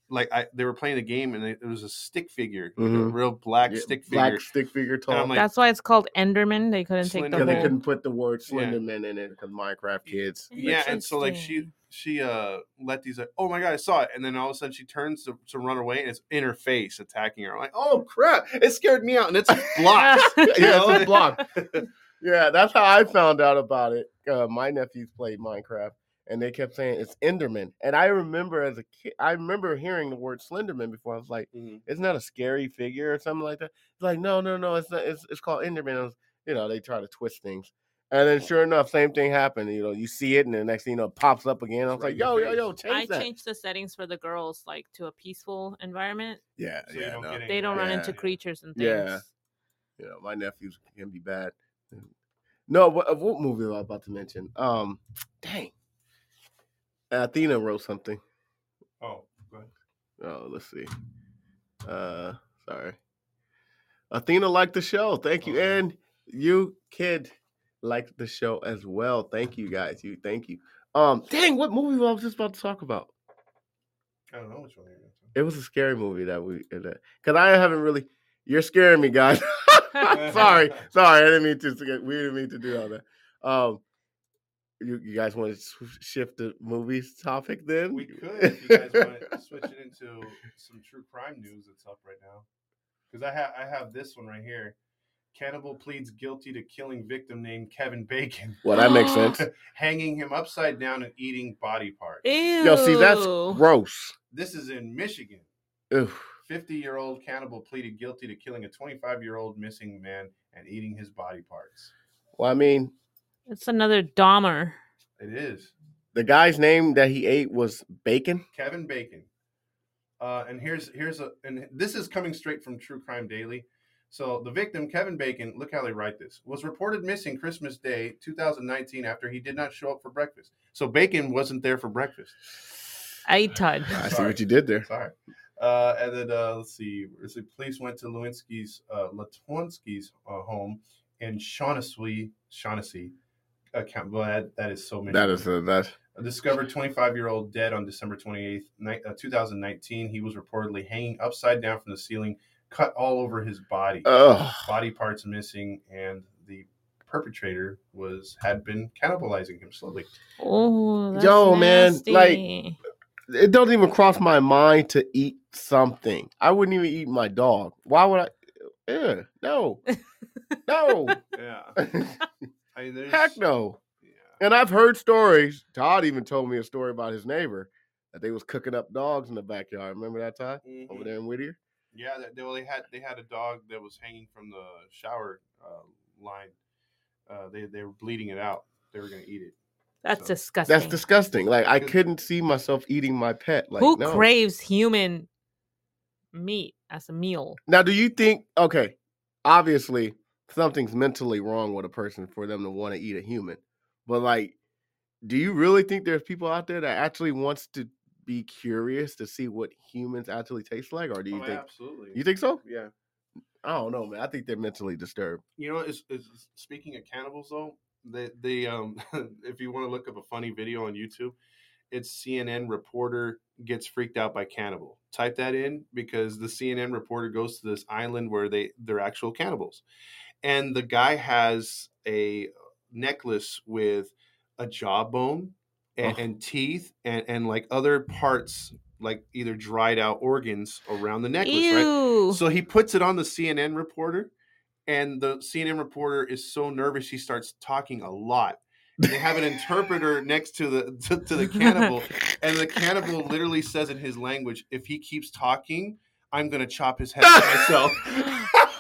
like I, they were playing the game and they, there was a stick figure like a Mhm. real black Yeah, stick figure black stick figure tall." I'm like, That's why it's called Enderman. They couldn't take the Slender- yeah, whole. they couldn't put the word Yeah. Slenderman in it because Minecraft kids. yeah and so like she Interesting. she uh let these like oh my god i saw it and then all of a sudden she turns to, to run away and it's in her face attacking her I'm like oh crap it scared me out and it's blocked yeah, it's a block. Yeah, that's how I found out about it. Uh, my nephews played Minecraft, and they kept saying it's Enderman. And I remember as a kid, I remember hearing the word Slenderman before. I was like, Mhm. "Isn't that a scary figure or something like that?" It's like, "No, no, no, it's not, it's it's called Enderman." I was- you know, they try to twist things, and then sure enough, same thing happened. You know, you see it, and the next thing you know, it pops up again. I was Right like, in your "Yo, yo, face. yo, I change that!" changed the settings for the girls like to a peaceful environment. Yeah, So you yeah, don't no. get They don't run Yeah. into creatures and things. Yeah. you know, my nephews can be bad. No, what, what movie am I about to mention? Um, dang, Athena wrote something. oh go ahead. Oh, let's see. Uh, sorry. Athena liked the show. Thank you, Oh. and you kid liked the show as well. Thank you guys. You thank you. Um, dang, what movie was I just about to talk about? i don't know which one you're gonna say. It was a scary movie that we because I haven't really. You're scaring me, guys. sorry, sorry. I didn't mean to. to- We didn't mean to do all that. Um, you, you guys want to shift the movies topic then? we could if you guys want to switch it into some true crime news that's up right now because i have i have this one right here cannibal pleads guilty to killing victim named kevin bacon well, that makes sense. hanging him upside down and eating body parts Ew. Yo, see, that's gross. this is in michigan Ugh. 50 year old cannibal pleaded guilty to killing a 25 year old missing man and eating his body parts Well, I mean, It's another Dahmer. it is the guy's name that he ate was Bacon. Kevin Bacon. Uh, and here's here's a and this is coming straight from True Crime Daily. So the victim, Kevin Bacon, look how they write this, was reported missing Christmas Day 2019 after he did not show up for breakfast. So Bacon wasn't there for breakfast. I Todd. I see Sorry. what you did there. Sorry. Uh, and then uh, let's see. let's see, police went to Lewinsky's uh, Latonsky's uh, home in Shaughnessy, Shaughnessy. Uh, Count- well, that, that is so many. That is a, that. discovered 25 year old dead on December 28th, ni- uh, 2019. He was reportedly hanging upside down Uh. from the ceiling, cut all over his body, Ugh. body parts missing, and the perpetrator was had been cannibalizing him slowly. Oh, that's Yo, man, like- nasty. It doesn't even cross my mind to eat something. I wouldn't even eat my dog. Why would I? Yeah, no, no, Yeah. I mean, there's, heck no. Yeah. And I've heard stories. Todd even told me a story about his neighbor that they was cooking up dogs in the backyard. Remember that, Todd? Over Mhm. there in Whittier. Yeah, they, they, well, they had they had a dog that was hanging from the shower uh, line. Uh, they they were bleeding it out. They were gonna eat it. That's So- disgusting. That's disgusting. Like I couldn't see myself eating my pet. Like Who no. craves human meat as a meal? Now, do you think? Okay, obviously something's mentally wrong with a person for them to want to eat a human, but like, do you really think there's people out there that actually wants to be curious to see what humans actually taste like, or do you Oh, think? absolutely. You think so? Yeah. I don't know, man. I think they're mentally disturbed. You know, is is speaking of cannibals though, they they um if you want to look up a funny video on YouTube, it's CNN reporter gets freaked out by cannibal. Type that in because the CNN reporter goes to this island where they they're actual cannibals, and the guy has a necklace with a jawbone and, Oh. and teeth and and like other parts like either dried out organs around the necklace, right? Ew. So he puts it on the CNN reporter, and the CNN reporter is so nervous he starts talking a lot. And they have an interpreter next to the to, to the cannibal, and the cannibal literally says in his language, "If he keeps talking, I'm gonna chop his head off myself."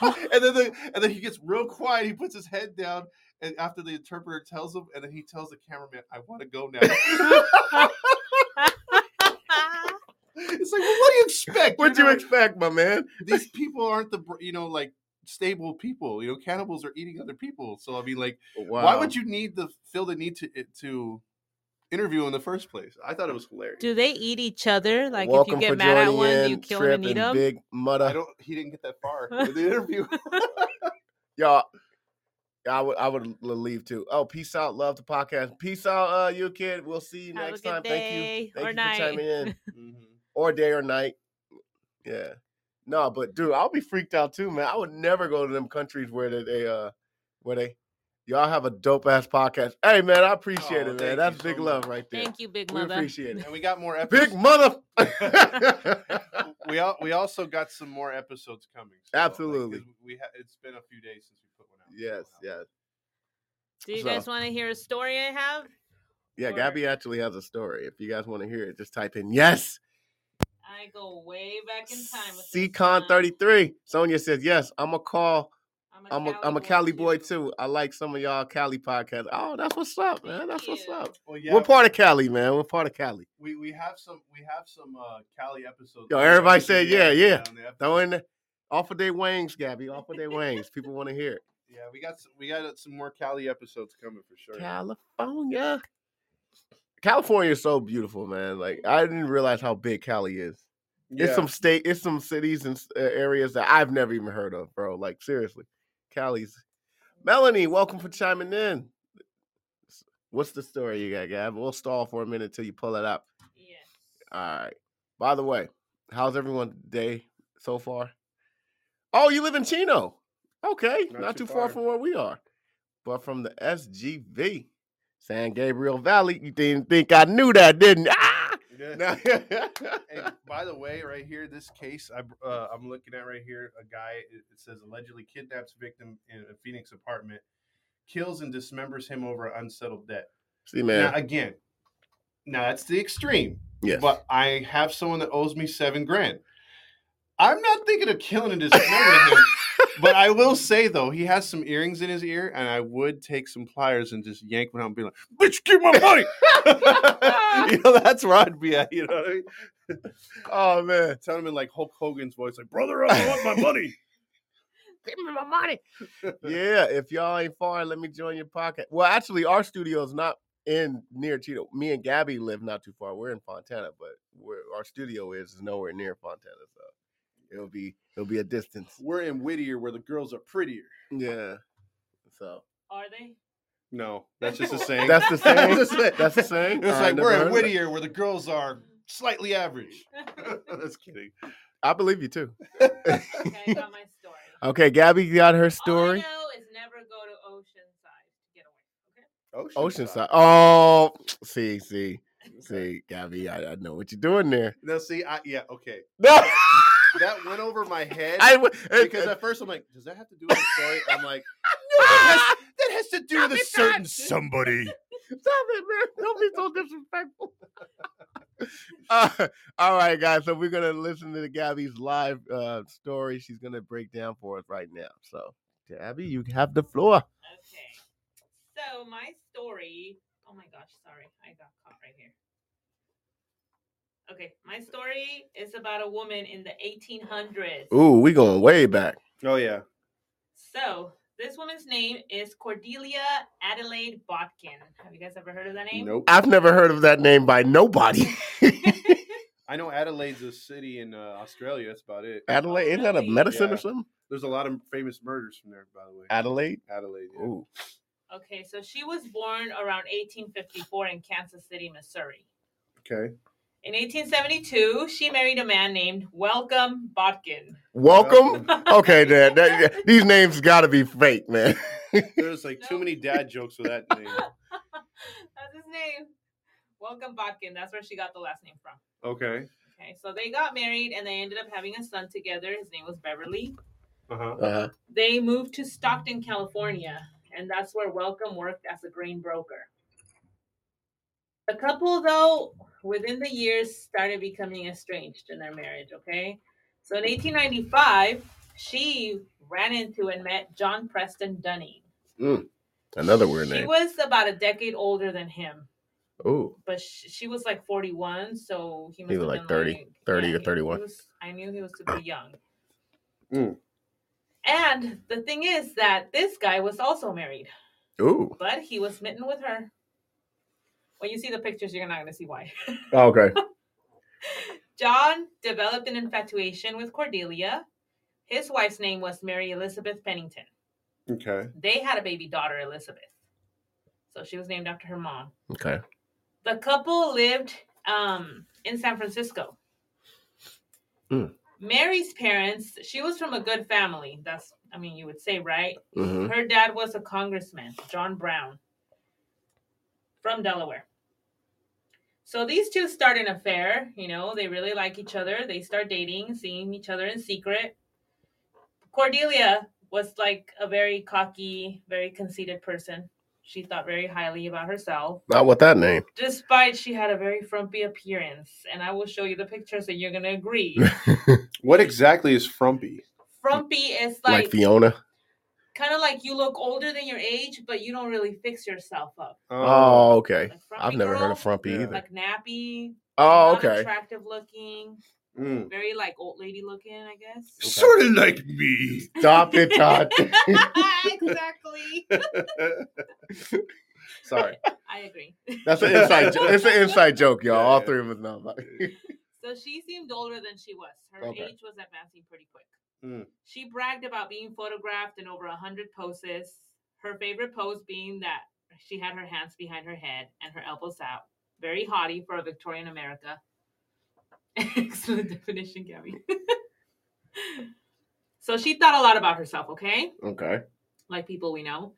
and then the, and then he gets real quiet. He puts his head down, and after the interpreter tells him, and then he tells the cameraman, "I want to go now." it's like, well, what do you expect? What'd you You're not- expect, my man? these people aren't the br- you know like stable people you know cannibals are eating other people so i mean like why would you need the feel the need to it- to interview in the first place i thought it was hilarious Do they eat each other? Like if you get mad at one, you kill him and eat him. Big i Mudda. don't he didn't get that far with the interview y'all. I would I would l- leave too. Oh, peace out, love the podcast. Peace out, uh, you kid. We'll see you Have a next good time. Thank day you. Thank or you night. for chiming in. Mhm. Or day or night. Yeah. No, but dude, I'll be freaked out too, man. I would never go to them countries where they, they uh where they y'all have a dope ass podcast. Hey man, I appreciate it, Aw, Oh, thank man. That's you big so love much. right there. Thank you, big We mother. appreciate it. and we got more Big episodes mother. we all we also got some more episodes coming so, like, 'cause Absolutely. we ha- it's been a few days since we put one out so yes, we'll have- yes. Do you So- guys want to hear a story I have? Yeah, Or- Gabby actually has a story. If you guys want to hear it, just type in yes. I go way back in time. with this Ccon one. 33. Sonia says, Yes, I'm a call. I'm a I'm a Cali boy too. too. I like some of y'all Cali podcasts. Oh, that's what's up, man. Thank That's what's you. up. well yeah We're part of Cali, man. We're part of Cali. we, we have some we have some uh cali episodes Yo, that we everybody haven't said, done yeah, yet, yeah. on the episode. Throw in the off of their wings, Gabby. Off of their wings. People want to hear it. Yeah, we got s we got uh, some more Cali episodes coming for sure. California. California is so beautiful, man. Like I didn't realize how big Cali is. It's Yeah. some state, it's some cities and s- uh, areas that I've never even heard of, bro. Like seriously, Cali's. Melanie, welcome for chiming in. S- What's the story you got, Gab? We'll stall for a minute till you pull it up. Yes. All right. By the way, how's everyone's day so far? Oh, you live in Chino. Okay, not, Not too too far far. from where we are, but from the SGV, San Gabriel Valley. You didn't think I knew that, didn't? you? Ah! Yeah. No. And by the way, right here, this case I, br- uh, I'm looking at right here, a guy it, it says allegedly kidnaps victim in a Phoenix apartment, kills and dismembers him over unsettled debt. See, Now man. again, now that's the extreme. Yes. But I have someone that owes me seven grand. I'm not thinking of killing and dismembering him. But I will say though, he has some earrings in his ear, and I would take some pliers and just yank one out and be like, "Bitch, give my money." you know, that's where I'd be at. You know what I mean? oh man. Sound him in like Hulk Hogan's voice, like, "Brother, I want my money." Give me my money. yeah, if y'all ain't far, let me join your podcast. Well, actually, our studio is not in near Cheeto. Me and Gabby live not too far. We're in Fontana, but where our studio is is nowhere near Fontana, so it'll be it'll be a distance. We're in Whittier, where the girls are prettier. Yeah. So Are they? No, that's just a saying. that's the same. That's the same. That's the same. it's All right, like never we're in heard of it. Whittier, where the girls are slightly average. that's kidding. I believe you too. Okay, I got my story. Okay, Gabby got her story. Story. All I know is never go to Oceanside. Oceanside. Oh, see, see, see, Gabby, I, I know what you're doing there. No, see, I, yeah, okay. No, That went over my head I, w- because at first I'm like, does that have to do with the story? I'm like, no, that has, that has to do Ah! Stop with a it, certain Dad. somebody. Stop it, man. Don't be so disrespectful. Uh, all right, guys. So we're gonna listen to Gabby's live uh, story. She's gonna break down for us right now. So, Gabby, you have the floor. Okay. So my story. Oh my gosh, sorry, I got caught right here. Okay, my story is about a woman in the 1800s. Ooh, we going way back. Oh yeah, So this woman's name is Cordelia Adelaide Botkin. Have you guys ever heard of that name? nope. I've never heard of that name by nobody. I know Adelaide's a city in uh, Australia. That's about it. Adelaide, isn't that a Really? medicine Yeah. or something? There's a lot of famous murders from there, by the way. Adelaide. Adelaide. yeah. Ooh, Okay, so she was born around 1854 in Kansas City, Missouri. Okay. In 1872, she married a man named Welcome Botkin. welcome. okay, Dad. that- that- these names got to be fake, man. There's like too No. many dad jokes with that name. That's his name. Welcome Botkin. That's where she got the last name from. Okay. Okay, so they got married and they ended up having a son together. His name was Beverly. Uh huh. Uh-huh. They moved to Stockton, California, and that's where Welcome worked as a grain broker. The couple, though, within the years started becoming estranged in their marriage, okay? So in 1895, she ran into and met John Preston Dunning. Mm. Another weird She name. was about a decade older than him. Ooh, but she, she was like 41, so he must was have like been 30, 30 or he- he 31. was- I knew he was super young. Mm. And the thing is that this guy was also married, ooh. but he was smitten with her. When you see the pictures, you're not going to see why. Oh, okay. John developed an infatuation with Cordelia. His wife's name was Mary Elizabeth Pennington. Okay. They had a baby daughter, Elizabeth. So she was named after her mom. Okay. the couple lived um, in San Francisco. Mm. Mary's parents, she was from a good family. That's, I mean, you would say, right? hmm Her dad was a congressman, John Brown, from Delaware. So these two start an affair. You know, they really like each other. They start dating, seeing each other in secret. Cordelia was like a very cocky, very conceited person. She thought very highly about herself Not with that name. despite she had a very frumpy appearance and i will show you the pictures and you're gonna agree What exactly is frumpy? frumpy is Like, like, Fiona. kind of like you look older than your age but you don't really fix yourself up Um, Oh, okay. like I've frumpy never heard of girl, Frumpy Yeah. either. like nappy Oh, not okay. attractive looking Mm. very like old lady looking i guess Sort of like me. Stop it, Todd. exactly Sorry. i agree That's an inside. jo- It's an inside joke, y'all. All three of us know about it. so she seemed older than she was her Okay. age was advancing pretty quick Mm. she bragged about being photographed in over a 100 poses her favorite pose being that she had her hands behind her head and her elbows out very haughty for a victorian america excellent definition gabby so she thought a lot about herself okay Okay. like people we know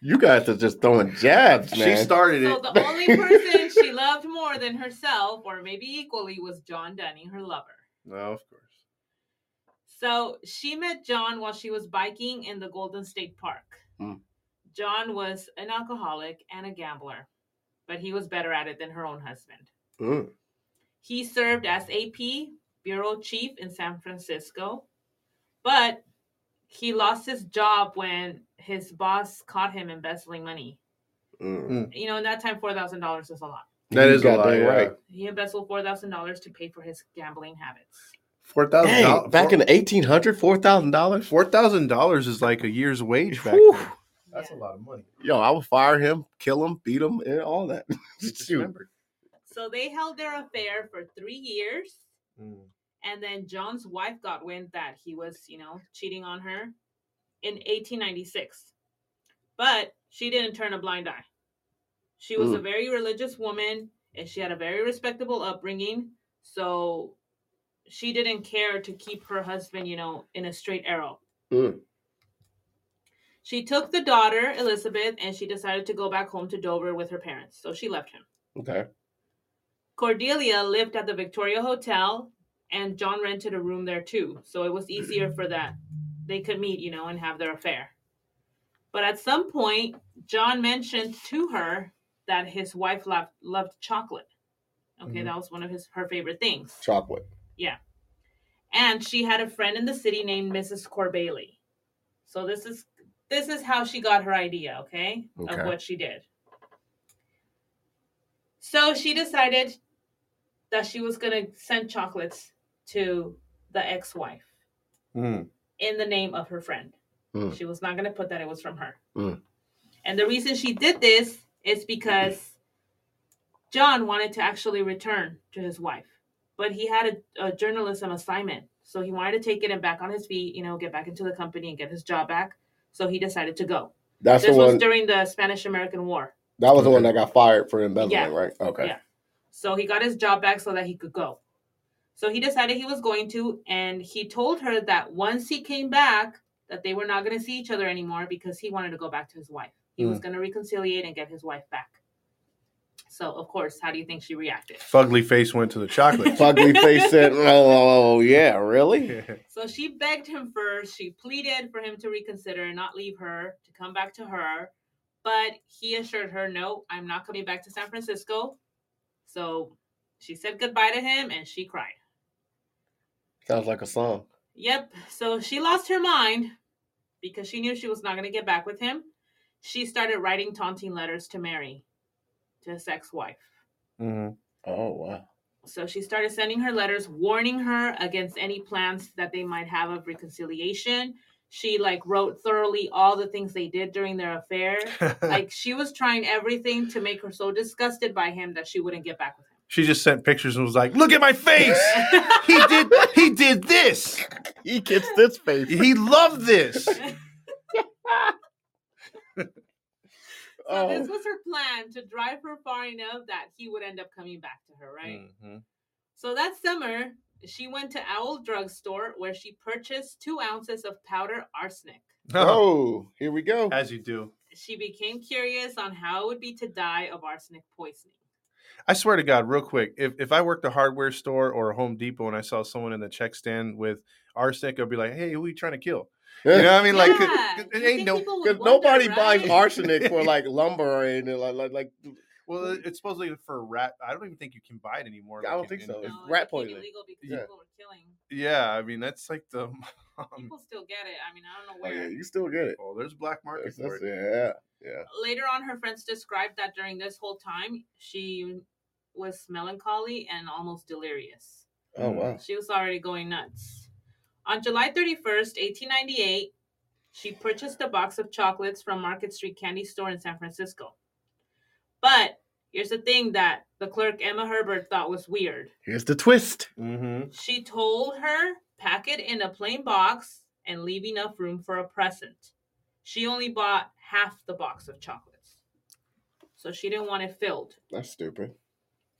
You guys are just throwing jabs, She man. started so it. the only person she loved more than herself or maybe equally was john dunning her lover No, of course. So she met John while she was biking in the Golden State Park. Mm. John was an alcoholic and a gambler, but he was better at it than her own husband. Mm. He served as AP bureau chief in San Francisco, but he lost his job when his boss caught him embezzling money. Mm. You know, in that time, $4,000 was a lot. That You is a goddamn lie. yeah. He embezzled $4,000 to pay for his gambling habits. Four thousand Dang, dollars. back in the 1800s, four thousand dollars. four thousand dollars is like a year's wage back Whew. then. That's Yeah. a lot of money. Yo, I would fire him, kill him, beat him, and all that. Shoot. Remember. So they held their affair for three years. And then John's wife got wind that he was, you know, cheating on her in 1896. But she didn't turn a blind eye. She was a Mm. very religious woman and she had a very respectable upbringing. So she didn't care to keep her husband, you know, in a straight arrow. Mm. She took the daughter, Elizabeth, and she decided to go back home to Dover with her parents. So she left him. Okay. Cordelia lived at the Victoria Hotel, and John rented a room there too. So it was easier for that. They could meet, you know, and have their affair. But at some point, John mentioned to her that his wife loved, loved chocolate. Okay, that was one of his her favorite things. Chocolate. Yeah. And she had a friend in the city named Mrs. Corbailey. So this is this is how she got her idea, okay, Okay. of what she did. So she decided that she was going to send chocolates to the ex-wife Mm. in the name of her friend. Mm. She was not going to put that it was from her. Mm. And the reason she did this is because John wanted to actually return to his wife, but he had a, a journalism assignment. So he wanted to take it and back on his feet, you know, get back into the company and get his job back. So he decided to go. That's this the was one. during the Spanish American War. that was the one that got fired for embezzling, Yeah. right? Okay. Yeah. So he got his job back so that he could go. So he decided he was going to, and he told her that once he came back, that they were not going to see each other anymore because he wanted to go back to his wife. He was going to reconciliate and get his wife back. So of course, how do you think she reacted? Fugly face went to the chocolate. Fugly face said, "Oh yeah, really? So she begged him first. She pleaded for him to reconsider and not leave her, to come back to her. But he assured her, no, I'm not coming back to San Francisco. So she said goodbye to him and she cried. Sounds like a song." Yep. So she lost her mind because she knew she was not going to get back with him. She started writing taunting letters to Mary, to his ex wife. Mhm. Oh wow. So she started sending her letters warning her against any plans that they might have of reconciliation. She like wrote thoroughly all the things they did during their affair. like she was trying everything to make her so disgusted by him that she wouldn't get back with him. She just sent pictures and was like, "Look at my face. he did. He did this. He gets this face. He loved this." So Oh. this was her plan to drive her far enough that he would end up coming back to her, right? Mhm. So that summer, she went to Owl Drug Store where she purchased two ounces of powder arsenic. Oh, here we go. As you do. She became curious on how it would be to die of arsenic poisoning. I swear to God, real quick, if, if I worked a hardware store or a Home Depot and I saw someone in the check stand with arsenic, I'd be like, "Hey, who are you trying to kill?" You know what I mean? Like, 'cause- 'cause you it ain't think no. people would Because wonder, nobody right? buys arsenic for like lumber and like like, like Well, it- it's supposedly for rat. I don't even think you can buy it anymore. I like, don't in- think in- No, so. it It's became rat poisoning. illegal because Yeah. people were killing. Yeah, I mean that's like the. um, People still get it. I mean, I don't know oh, where. yeah, you still get it. oh, there's black market That's- for that's- it. yeah, yeah. Later on, her friends described that during this whole time, she was melancholy and almost delirious. Oh Mm. wow. She was already going nuts. On July 31st, 1898, she purchased a box of chocolates from Market Street Candy Store in San Francisco. But here's the thing that the clerk Emma Herbert thought was weird. Here's the twist. Mm-hmm. She told her pack it in a plain box and leave enough room for a present. She only bought half the box of chocolates. So she didn't want it filled. That's stupid.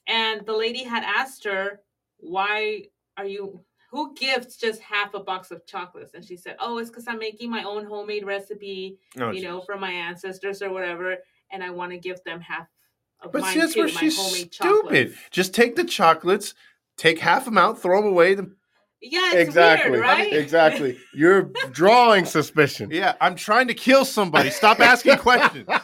And the lady had asked her, Why are you, who gifts just half a box of chocolates? And she said, Oh, it's because I'm making my own homemade recipe, Oh, you know, from my ancestors or whatever. And I want to give them half of But mine see, that's too, where my she's homemade stupid. chocolates." Just take the chocolates, take half them out, throw them away. Then, Yeah, it's exactly. weird, right? Exactly. You're drawing suspicion. yeah, I'm trying to kill somebody. Stop asking questions.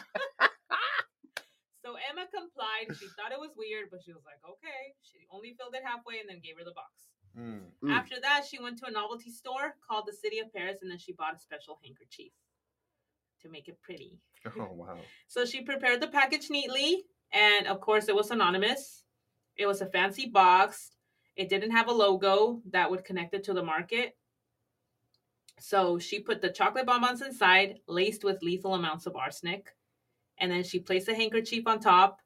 So Emma complied. She thought it was weird, but she was like, okay. She only filled it halfway and then gave her the box. Mm. Mm. After that, she went to a novelty store called the City of Paris and then she bought a special handkerchief to make it pretty. Oh wow. So she prepared the package neatly, and of course, it was anonymous. It was a fancy box. It didn't have a logo that would connect it to the market. So she put the chocolate bonbons inside, laced with lethal amounts of arsenic, and then she placed a handkerchief on top,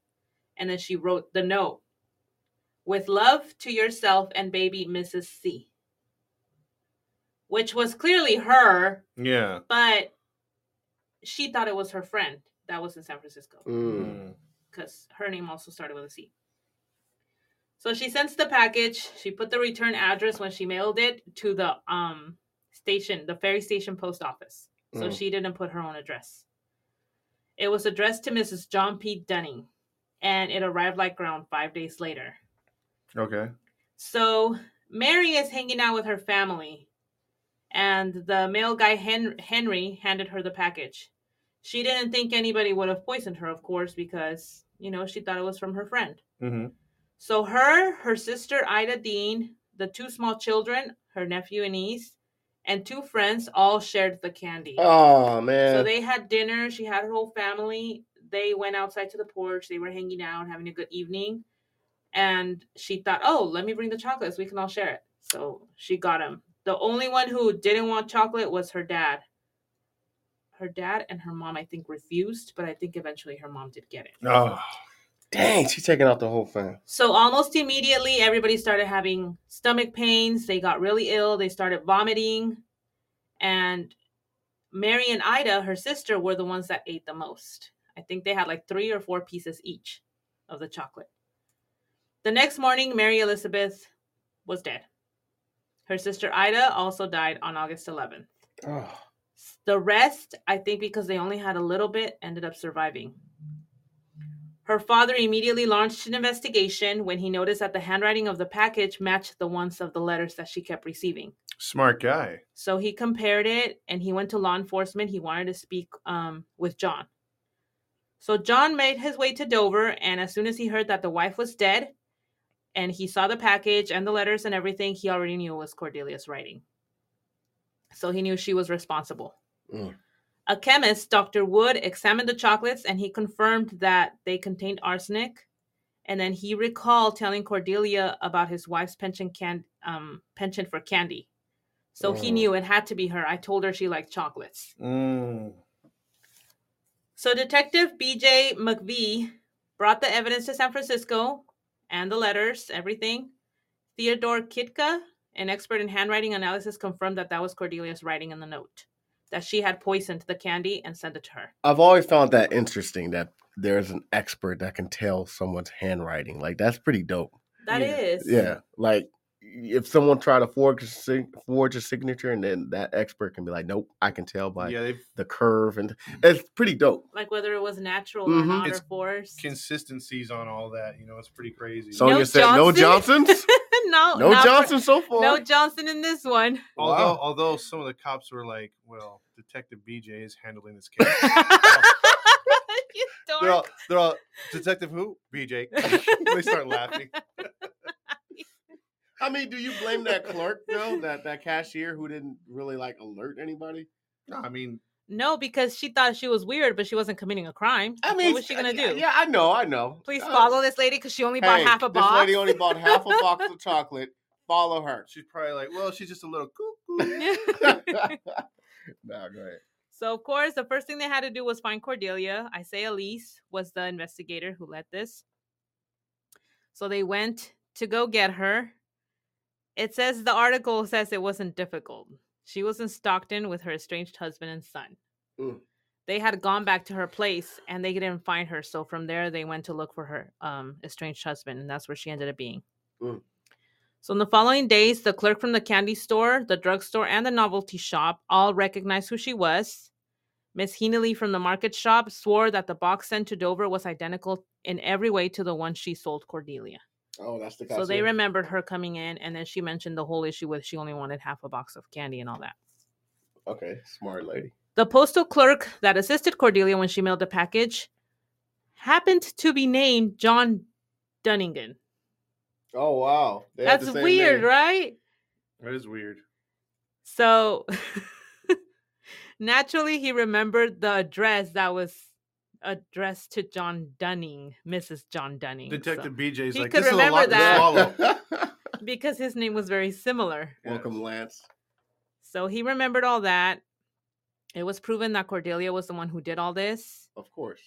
and then she wrote the note with love to yourself and baby Mrs. C, which was clearly her Yeah. but she thought it was her friend that was in San Francisco Mm. because her name also started with a C. So she sends the package. She put the return address when she mailed it to the um station, the ferry station post office. so she didn't put her own address. It was addressed to Mrs. John P. Dunning, and it arrived like around five days later. Okay. So Mary is hanging out with her family, and the mail guy Hen- Henry handed her the package. She didn't think anybody would have poisoned her, of course, because you know she thought it was from her friend. Mm-hmm. So her, her sister Ida Dean, the two small children, her nephew and niece, and two friends all shared the candy. Oh man. So they had dinner. She had her whole family. They went outside to the porch. They were hanging out, having a good evening. And she thought, oh, let me bring the chocolates. We can all share it. So she got them. The only one who didn't want chocolate was her dad. Her dad and her mom, I think, refused, but I think eventually her mom did get it. Oh, Dang, she's taking out the whole thing. So almost immediately, everybody started having stomach pains. They got really ill. They started vomiting. And Mary and Ida, her sister, were the ones that ate the most. I think they had like three or four pieces each of the chocolate. The next morning, Mary Elizabeth was dead. Her sister Ida also died on August 11th. Oh, The rest, I think because they only had a little bit, ended up surviving. Her father immediately launched an investigation when he noticed that the handwriting of the package matched the ones of the letters that she kept receiving. smart guy. So he compared it and he went to law enforcement. He wanted to speak um, with John. So John made his way to Dover, and as soon as he heard that the wife was dead and he saw the package and the letters and everything, he already knew it was Cordelia's writing. So he knew she was responsible. Mm. A chemist, Dr. Wood, examined the chocolates and he confirmed that they contained arsenic. And then he recalled telling Cordelia about his wife's penchant, can- um, penchant for candy. So he Mm. knew it had to be her. I told her she liked chocolates. Mm. So Detective B.J. McVie brought the evidence to San Francisco and the letters, everything. Theodore Kitka, an expert in handwriting analysis, confirmed that that was Cordelia's writing in the note, that she had poisoned the candy and sent it to her. I've always found that interesting that there's an expert that can tell someone's handwriting. Like that's pretty dope. That Yeah. is, Yeah. Like if someone tried to forge a, sig- forge a signature and then that expert can be like, nope, I can tell by yeah, they've the curve and it's pretty dope. like whether it was natural or Mhm. not It's or forced. consistencies on all that. You know, it's pretty crazy. So- Sonya said no Johnsons? no, No not for- Johnson so far. no Johnson in this one. although, Wow. although some of the cops were like, "Well, Detective BJ is handling this case." you they're all, dork. they're all, Detective who? BJ. they start laughing. I mean, do you blame that clerk though? That that cashier who didn't really like alert anybody? No, I mean, No, because she thought she was weird, but she wasn't committing a crime. I mean, uh, what was she gonna do? yeah, Yeah, I know, I know. Please Uh, follow this lady because she only bought hey, half a this box. lady only bought half a box of chocolate. Follow her. she's probably like, "Well, she's just a little cuckoo." nah, go ahead. so of course, the first thing they had to do was find Cordelia. I say Elise was the investigator who led this. So they went to go get her. It says the article says it wasn't difficult. She was in Stockton with her estranged husband and son. Mm. They had gone back to her place and they didn't find her. So from there, they went to look for her um, estranged husband, and that's where she ended up being. Mm. So in the following days, the clerk from the candy store, the drugstore, and the novelty shop all recognized who she was. Miss Heenley from the market shop swore that the box sent to Dover was identical in every way to the one she sold Cordelia. Oh, that's the So they cashier. remembered her coming in, and then she mentioned the whole issue with she only wanted half a box of candy and all that. Okay, smart lady. The postal clerk that assisted Cordelia when she mailed the package happened to be named John Dunnigan. Oh wow, They had the That's same weird, name. right? that is weird. So naturally, he remembered the address that was addressed to John Dunning, Mrs. John Dunning. so- Detective BJ's He like, could "This is a remember lot that. to swallow." because his name was very similar. Welcome, Lance. So he remembered all that. It was proven that Cordelia was the one who did all this. Of course.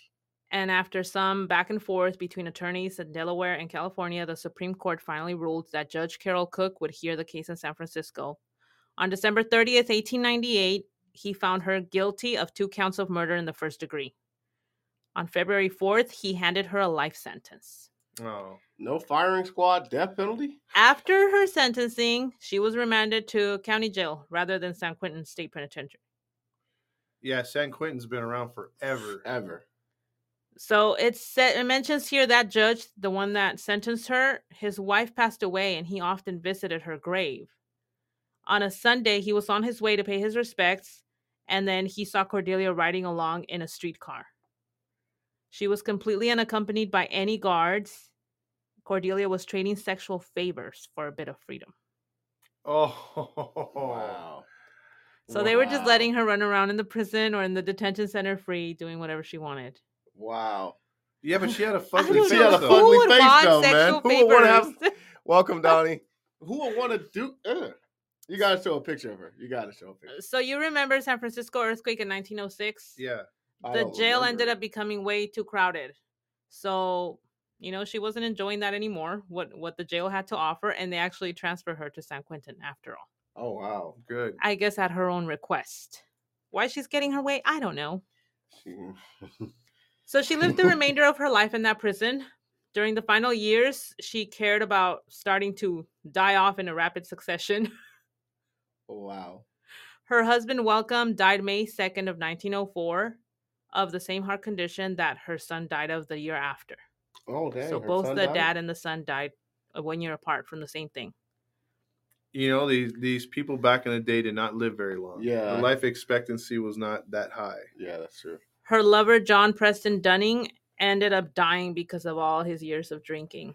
And after some back and forth between attorneys in Delaware and California, the Supreme Court finally ruled that Judge Carol Cook would hear the case in San Francisco. On December 30th, 1898, he found her guilty of two counts of murder in the first degree. On February 4th, he handed her a life sentence. Oh, No firing squad, death penalty. After her sentencing, she was remanded to county jail rather than San Quentin State Penitentiary. Yeah, San Quentin's been around forever. Ever. So it's said it mentions here that judge, the one that sentenced her, his wife passed away and he often visited her grave. On a Sunday, he was on his way to pay his respects, and then he saw Cordelia riding along in a streetcar. She was completely unaccompanied by any guards. Cordelia was trading sexual favors for a bit of freedom. Oh, Wow. So they were just Wow. letting her run around in the prison or in the detention center free, doing whatever she wanted. Wow. Yeah, but she had a I fugly don't she face had know a though. fugly who would face, want though, man. sexual Who would wanna have- favors. Welcome, Donnie. Who would want to do? Ugh. You gotta show a picture of her. You gotta show a picture. So you remember San Francisco earthquake in 1906? Yeah. I the don't jail remember. ended up becoming way too crowded. So, you know, she wasn't enjoying that anymore, what what the jail had to offer, and they actually transferred her to San Quentin after all. Oh wow. Good. I guess at her own request. Why she's getting her way, I don't know. She- So she lived the remainder of her life in that prison. During the final years, she cared about starting to die off in a rapid succession. oh, wow. Her husband Welcome died May 2nd of 1904 of the same heart condition that her son died of the year after. Oh dang. so her both son the died? dad and the son died uh, one year apart from the same thing. You know these these people back in the day did not live very long. Yeah. the life expectancy was not that high. Yeah, that's true. Her lover John Preston Dunning ended up dying because of all his years of drinking.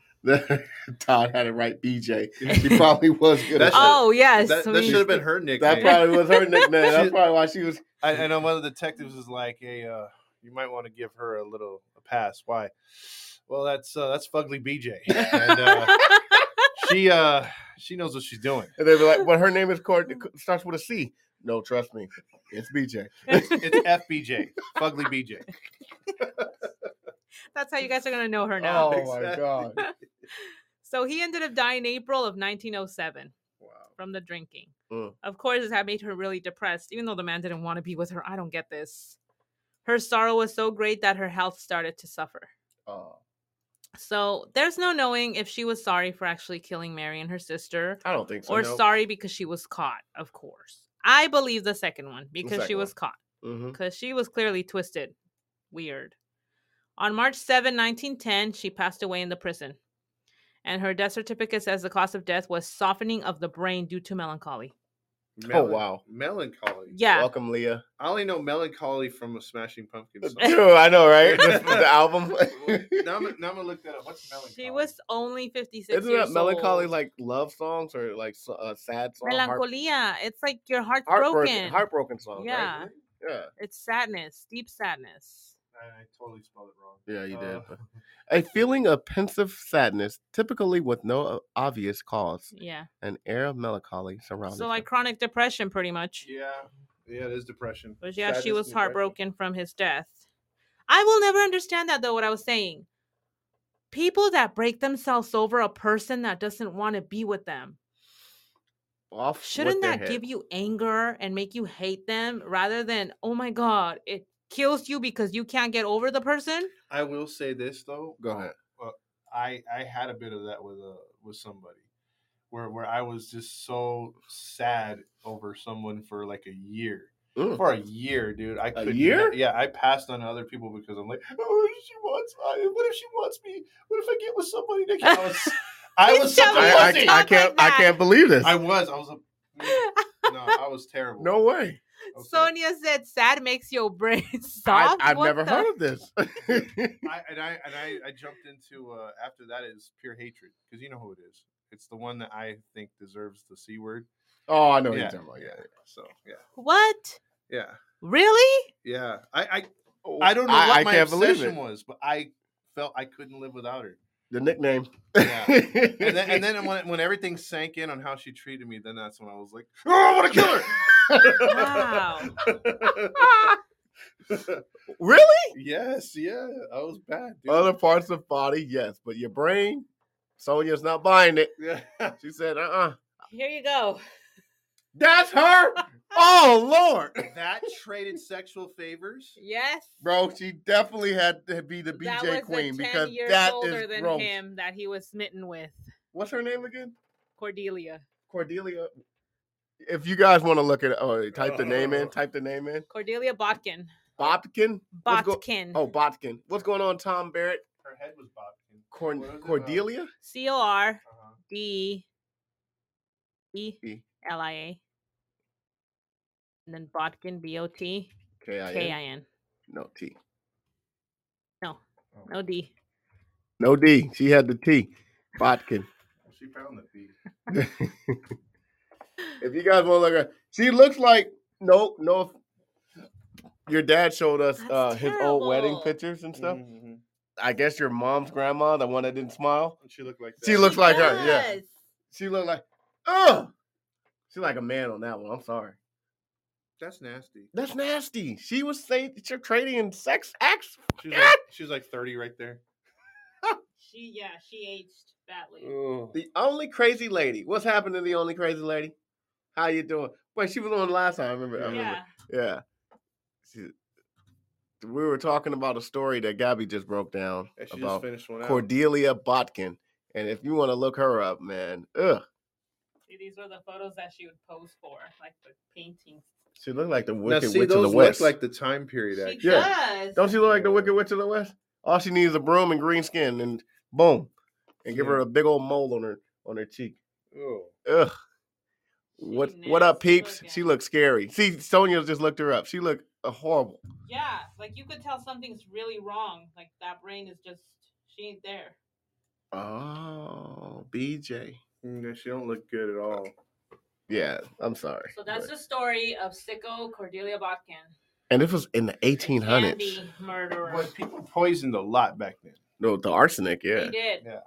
Todd had it right. BJ. She probably was good. That's at a- that. oh yes, that I that mean, should have been her nickname. that probably was her nickname. That's probably why she was. I, I know one of the detectives is like, "Hey, uh, you might want to give her a little a pass." Why? Well, that's uh, that's Fugly BJ, and uh, she uh, she knows what she's doing. And they'd be like, "Well, her name is Court starts with a C." No, trust me, it's BJ. It's FBJ, Fugly BJ. that's how you guys are gonna know her Oh now. my Exactly. god. So he ended up dying April of 1907 Wow. from the drinking. Mm. Of course, that made her really depressed, even though the man didn't want to be with her. I don't get this. Her sorrow was so great that her health started to suffer. Oh, So there's no knowing if she was sorry for actually killing Mary and her sister I don't think so. or no. sorry because she was caught, of course. I believe the second one because she second one. was caught Mhm. because she was clearly twisted. Weird. On March 7, 1910, she passed away in the prison. And her death certificate says the cause of death was softening of the brain due to melancholy. Oh wow. melancholy. Yeah. Welcome, Leah. I only know melancholy from a Smashing Pumpkins song. Dude, I know, right? This was the album. now, I'm, gonna- now I'm gonna look that up. What's melancholy? She was only 56 Isn't years that melancholy old. like love songs or like so- uh, sad songs? melancholia? It's like your heart heartbroken, broken. heartbroken songs. right? yeah. yeah, It's sadness, deep sadness. I, I totally spelled it yeah. wrong. You did. Uh, A feeling of pensive sadness, typically with no uh, obvious cause, Yeah. an air of melancholy surrounds. So like chronic depression pretty much. Yeah, yeah, it is depression. But yeah, she Sadness was and depression. heartbroken from his death. I will never understand that though, what I was saying. People that break themselves over a person that doesn't want to be with them. off. Shouldn't that give you anger and make you hate them rather than, oh my God, it kills you because you can't get over the person? I will say this though. Go ahead. I I had a bit of that with a with somebody, where where I was just so sad over someone for like a year. Mm. For a year, dude. I couldn't- year? Yeah, I passed on to other people because I'm like, oh, she wants. I, what if she wants me? What if I get with somebody? That can-" I was. I Please was. tell me I, you I, did I, not. like that. believe this. was. I was. A, no, I was terrible. no way. Okay. Sonia said sad makes your brain I, soft. I've What never the- heard of this. I, and I and I, I jumped into uh, after that is pure hatred because you know who it is. It's the one that I think deserves the c word. oh, I know what yeah, you're talking about. yeah, Yeah. yeah. So yeah, What? yeah, Really? yeah. I I, I don't know I, what I my can't believe obsession it. was, but I felt I couldn't live without her. The nickname. Yeah. And then, and then when, when everything sank in on how she treated me, then that's when I was like, oh, I want to kill her. Wow. really? yes, yeah, I was bad. Dude. Other parts of body, yes, but your brain, Sonia's not buying it. yeah. She said, "Uh, uh Here you go. that's her." oh Lord, that traded sexual favors. Yes. bro, she definitely had to be the BJ that was queen the 10 because years that older is than gross. him that he was smitten with What's her name again? cordelia Cordelia. If you guys want to look at, oh, type the name in. Type the name in. Cordelia Botkin. Bobkin. What's go- Botkin. oh, Botkin. What's going on, Tom Barrett? Her head was bobbing. Corn- What is it, uh, Cordelia. C O R Uh-huh. D E E. L I A. And then Botkin, B O T K I K N. I N. No T. No, no D. No D. She had the T. Botkin. She found the feet. If you guys want to look at, she looks like no, no. Your dad showed us That's uh, his old wedding terrible. pictures and stuff. Mhm. I guess your mom's grandma, the one that didn't smile, And She looked like that. She looks She like her, yeah. does. she looked like, oh, she's like a man on that one. I'm sorry, That's nasty. that's nasty. She was saying you're trading in sex acts. She's like, she's like 30 right there. She yeah, she aged badly. Oh. The only crazy lady. What's happened to the only crazy lady? How you doing? Wait, she was on last time. I remember. I remember. Yeah. Yeah. She- we were talking about a story that Gabby just broke down And she just about finished one out. Cordelia Botkin. And if you want to look her up, man, ugh, See, these were the photos that she would pose for, like the paintings. she looked like the now, Wicked see, Witch of the those West. look like the time period, actually. She does. Don't she look like the Yeah. Wicked Witch of the West? All she needs is a broom and green skin, and boom, and give her Yeah. a big old mole on her on her cheek. Oh. Ugh. What what up, nasty peeps? She looking. looked scary. See, Sonia just looked her up. She looked uh, horrible. Yeah, like you could tell something's really wrong. Like that brain is just she ain't there. Oh, BJ. Yeah, she mm, don't look good at all. Yeah, I'm sorry. So that's but- the story of Sicko Cordelia Botkin, and this was in the the 1800s. candy murderer. Boy, people poisoned a lot back then. No, the arsenic. Yeah. He did. Yeah.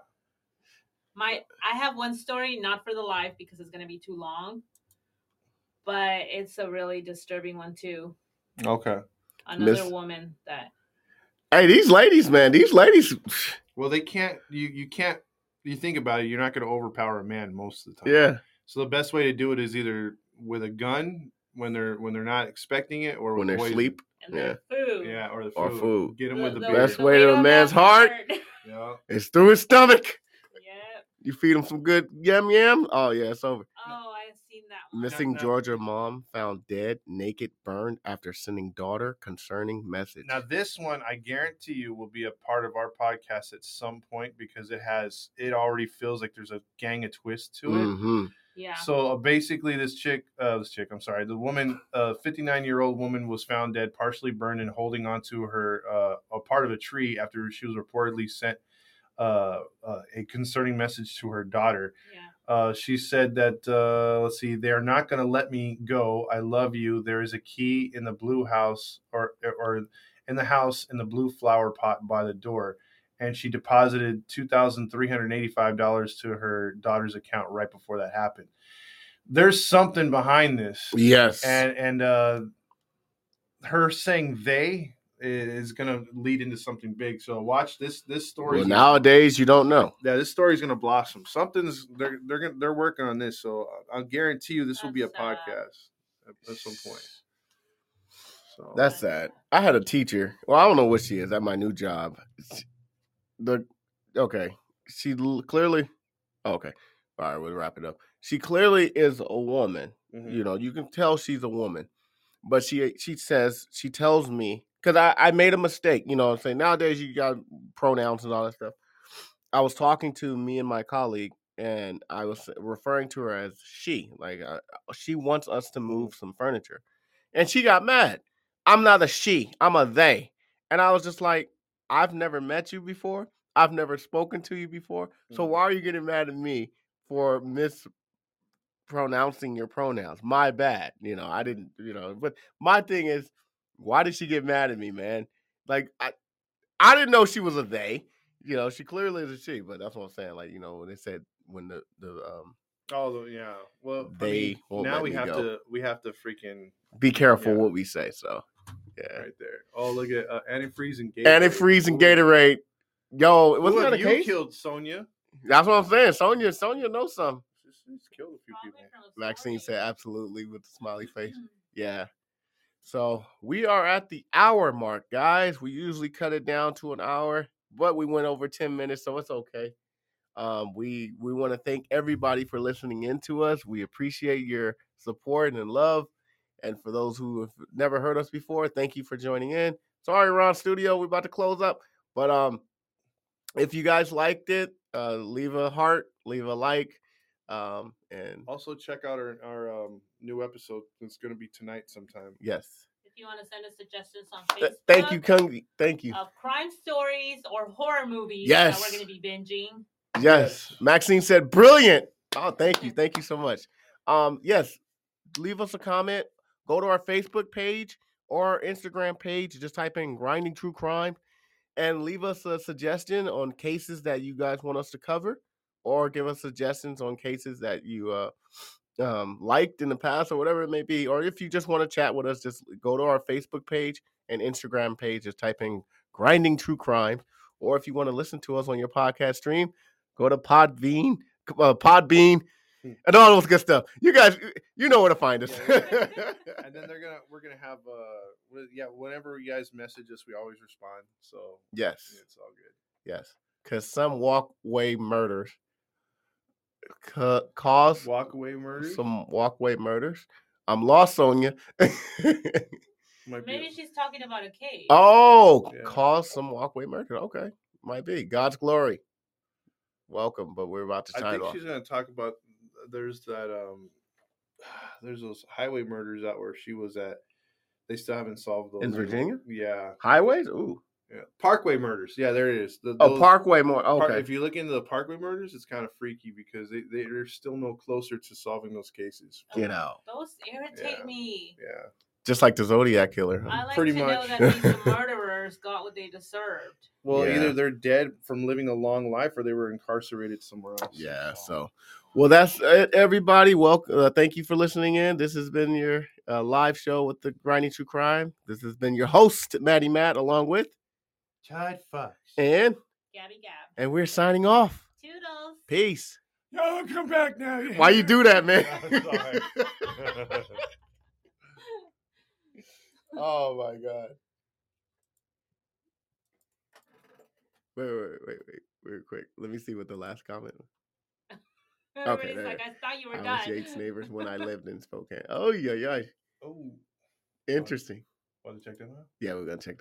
My I have one story, not for the live because it's gonna be too long, but it's a really disturbing one too. Okay. Another Miss- woman that Hey, these ladies, man, these ladies. Well, they can't. You you can't. You think about it. You're not going to overpower a man most of the time. Yeah. So the best way to do it is either with a gun when they're when they're not expecting it, or When with they're poison. asleep. and their food. Yeah, or the food. Or food. Get them with the, The- beer. the- Best the way weight to a on man's that heart. bird. Yeah. It's through his stomach. yep. You feed him some good yum yum. Oh yeah, it's over. Oh, I've seen that one. Missing now- Georgia mom found dead, naked, burned after sending daughter concerning message. Now this one, I guarantee you, will be a part of our podcast at some point because it has. It already feels like there's a gang of twists to it. hmm Yeah. So uh, basically, this chick, uh, this chick, I'm sorry, the woman, uh, 59 year old woman was found dead, partially burned and holding onto her uh, a part of a tree after she was reportedly sent uh, uh, a concerning message to her daughter. Yeah. Uh, she said that, uh, let's see, they are not going to let me go. I love you. There is a key in the blue house or, or in the house in the blue flower pot by the door. And she deposited $2,385 to her daughter's account right before that happened. There's something behind this. Oh, Yes. And, and, uh, her saying they i- is going to lead into something big. So watch this, this story. well, nowadays you don't know. Yeah, this story's gonna blossom. Something's they're they're gonna, they're working on this, so I- I'll guarantee you this will be a That's sad. podcast at, at some point. So That's sad. I had a teacher. Well, I don't know what she is at my new job. She- The okay, she l- clearly okay. All right, we'll wrap it up. She clearly is a woman. Mhm. You know, you can tell she's a woman, but she she says she tells me because I I made a mistake. You know, what I'm saying nowadays you got pronouns and all that stuff. I was talking to me and my colleague, and I was referring to her as she. Like uh, she wants us to move some furniture, and she got mad. I'm not a she. I'm a they. And I was just like, I've never met you before. I've never spoken to you before. So Mhm. why are you getting mad at me for mispronouncing your pronouns? My bad. You know, I didn't, you know, but my thing is, why did she get mad at me, man? Like I I didn't know she was a they. You know, she clearly is a she, but that's what I'm saying. Like, you know, when they said when the the um although yeah, well, I They mean, won't now let we me have go. to we have to freaking be careful Yeah. what we say, so yeah. right there. Oh look at uh, antifreeze and Gatorade. Antifreeze and Ooh. Gatorade. Yo, Ooh, wasn't that a and you case? killed Sonia. That's what I'm saying. Sonia, Sonia knows something. She's, she's killed a few people. Maxine said absolutely with the smiley face. Mhm. Yeah. So we are at the hour mark, guys. We usually cut it down to an hour, but we went over 10 minutes, so it's okay. Um, we we want to thank everybody for listening in to us. We appreciate your support, and love. And for those who have never heard us before, thank you for joining in. Sorry, Ron Studio, we're about to close up. But um, if you guys liked it, uh, leave a heart, leave a like. Um, and Also, check out our our um, new episode. It's going to be tonight sometime. yes, If you want to send us suggestions on Th- Facebook, thank you, Kungi. Thank you. of crime stories or horror movies that Yes. we're going to be binging. Yes. Yes. Maxine said, brilliant. Oh, thank you. Thank you so much. Um, yes, leave us a comment. Go to our Facebook page or our Instagram page. Just type in Grinding True Crime and leave us a suggestion on cases that you guys want us to cover or give us suggestions on cases that you uh, um, liked in the past or whatever it may be. Or if you just want to chat with us, just go to our Facebook page and Instagram page. Just type in Grinding True Crime. Or if you want to listen to us on your podcast stream, go to Podbean, uh, Podbean, Hmm. and all those good stuff. You guys, you know where to find us. Yeah. And then they're gonna we're gonna have uh what is- yeah whenever you guys message us we always respond so yes, it's all good. yes, because some walkway murders ca- cause Walkaway murder. some walkway murders. I'm lost, Sonia. might be- Maybe she's talking about a case. oh, Yeah. cause some walkway murder. Okay, might be God's glory. Welcome, but we're about to I sign think off. she's gonna talk about there's that um there's those highway murders out where she was at. They still haven't solved those In Virginia? Yeah, Highways? Ooh, yeah. Parkway murders. Yeah, there it is. The, oh, those- Parkway more. par- Okay, If you look into the Parkway murders, it's kind of freaky because they, they are still no closer to solving those cases. get out. Those irritate Yeah. me. Yeah. Just like the Zodiac killer. I like Pretty to much. know that these murderers got what they deserved. Well, Yeah. either they're dead from living a long life or they were incarcerated somewhere else. Yeah. So, well, that's it, everybody. Welcome. Uh, thank you for listening in. This has been your uh, live show with the Grinding True Crime. This has been your host, Maddie Matt, along with Chad Fox. and Gabby Gab. and we're signing off. Toodles. Peace. Yo, come back now. you Why you hear? do that, man? I'm sorry. oh my god. Wait, wait, wait, wait, real quick. Let me see what the last comment. was. Everybody's there. like, I thought you were I was done. Yates neighbors when I lived in Spokane. Oh yeah, yeah. oh, Interesting. want to check that out? Yeah, we're gonna check.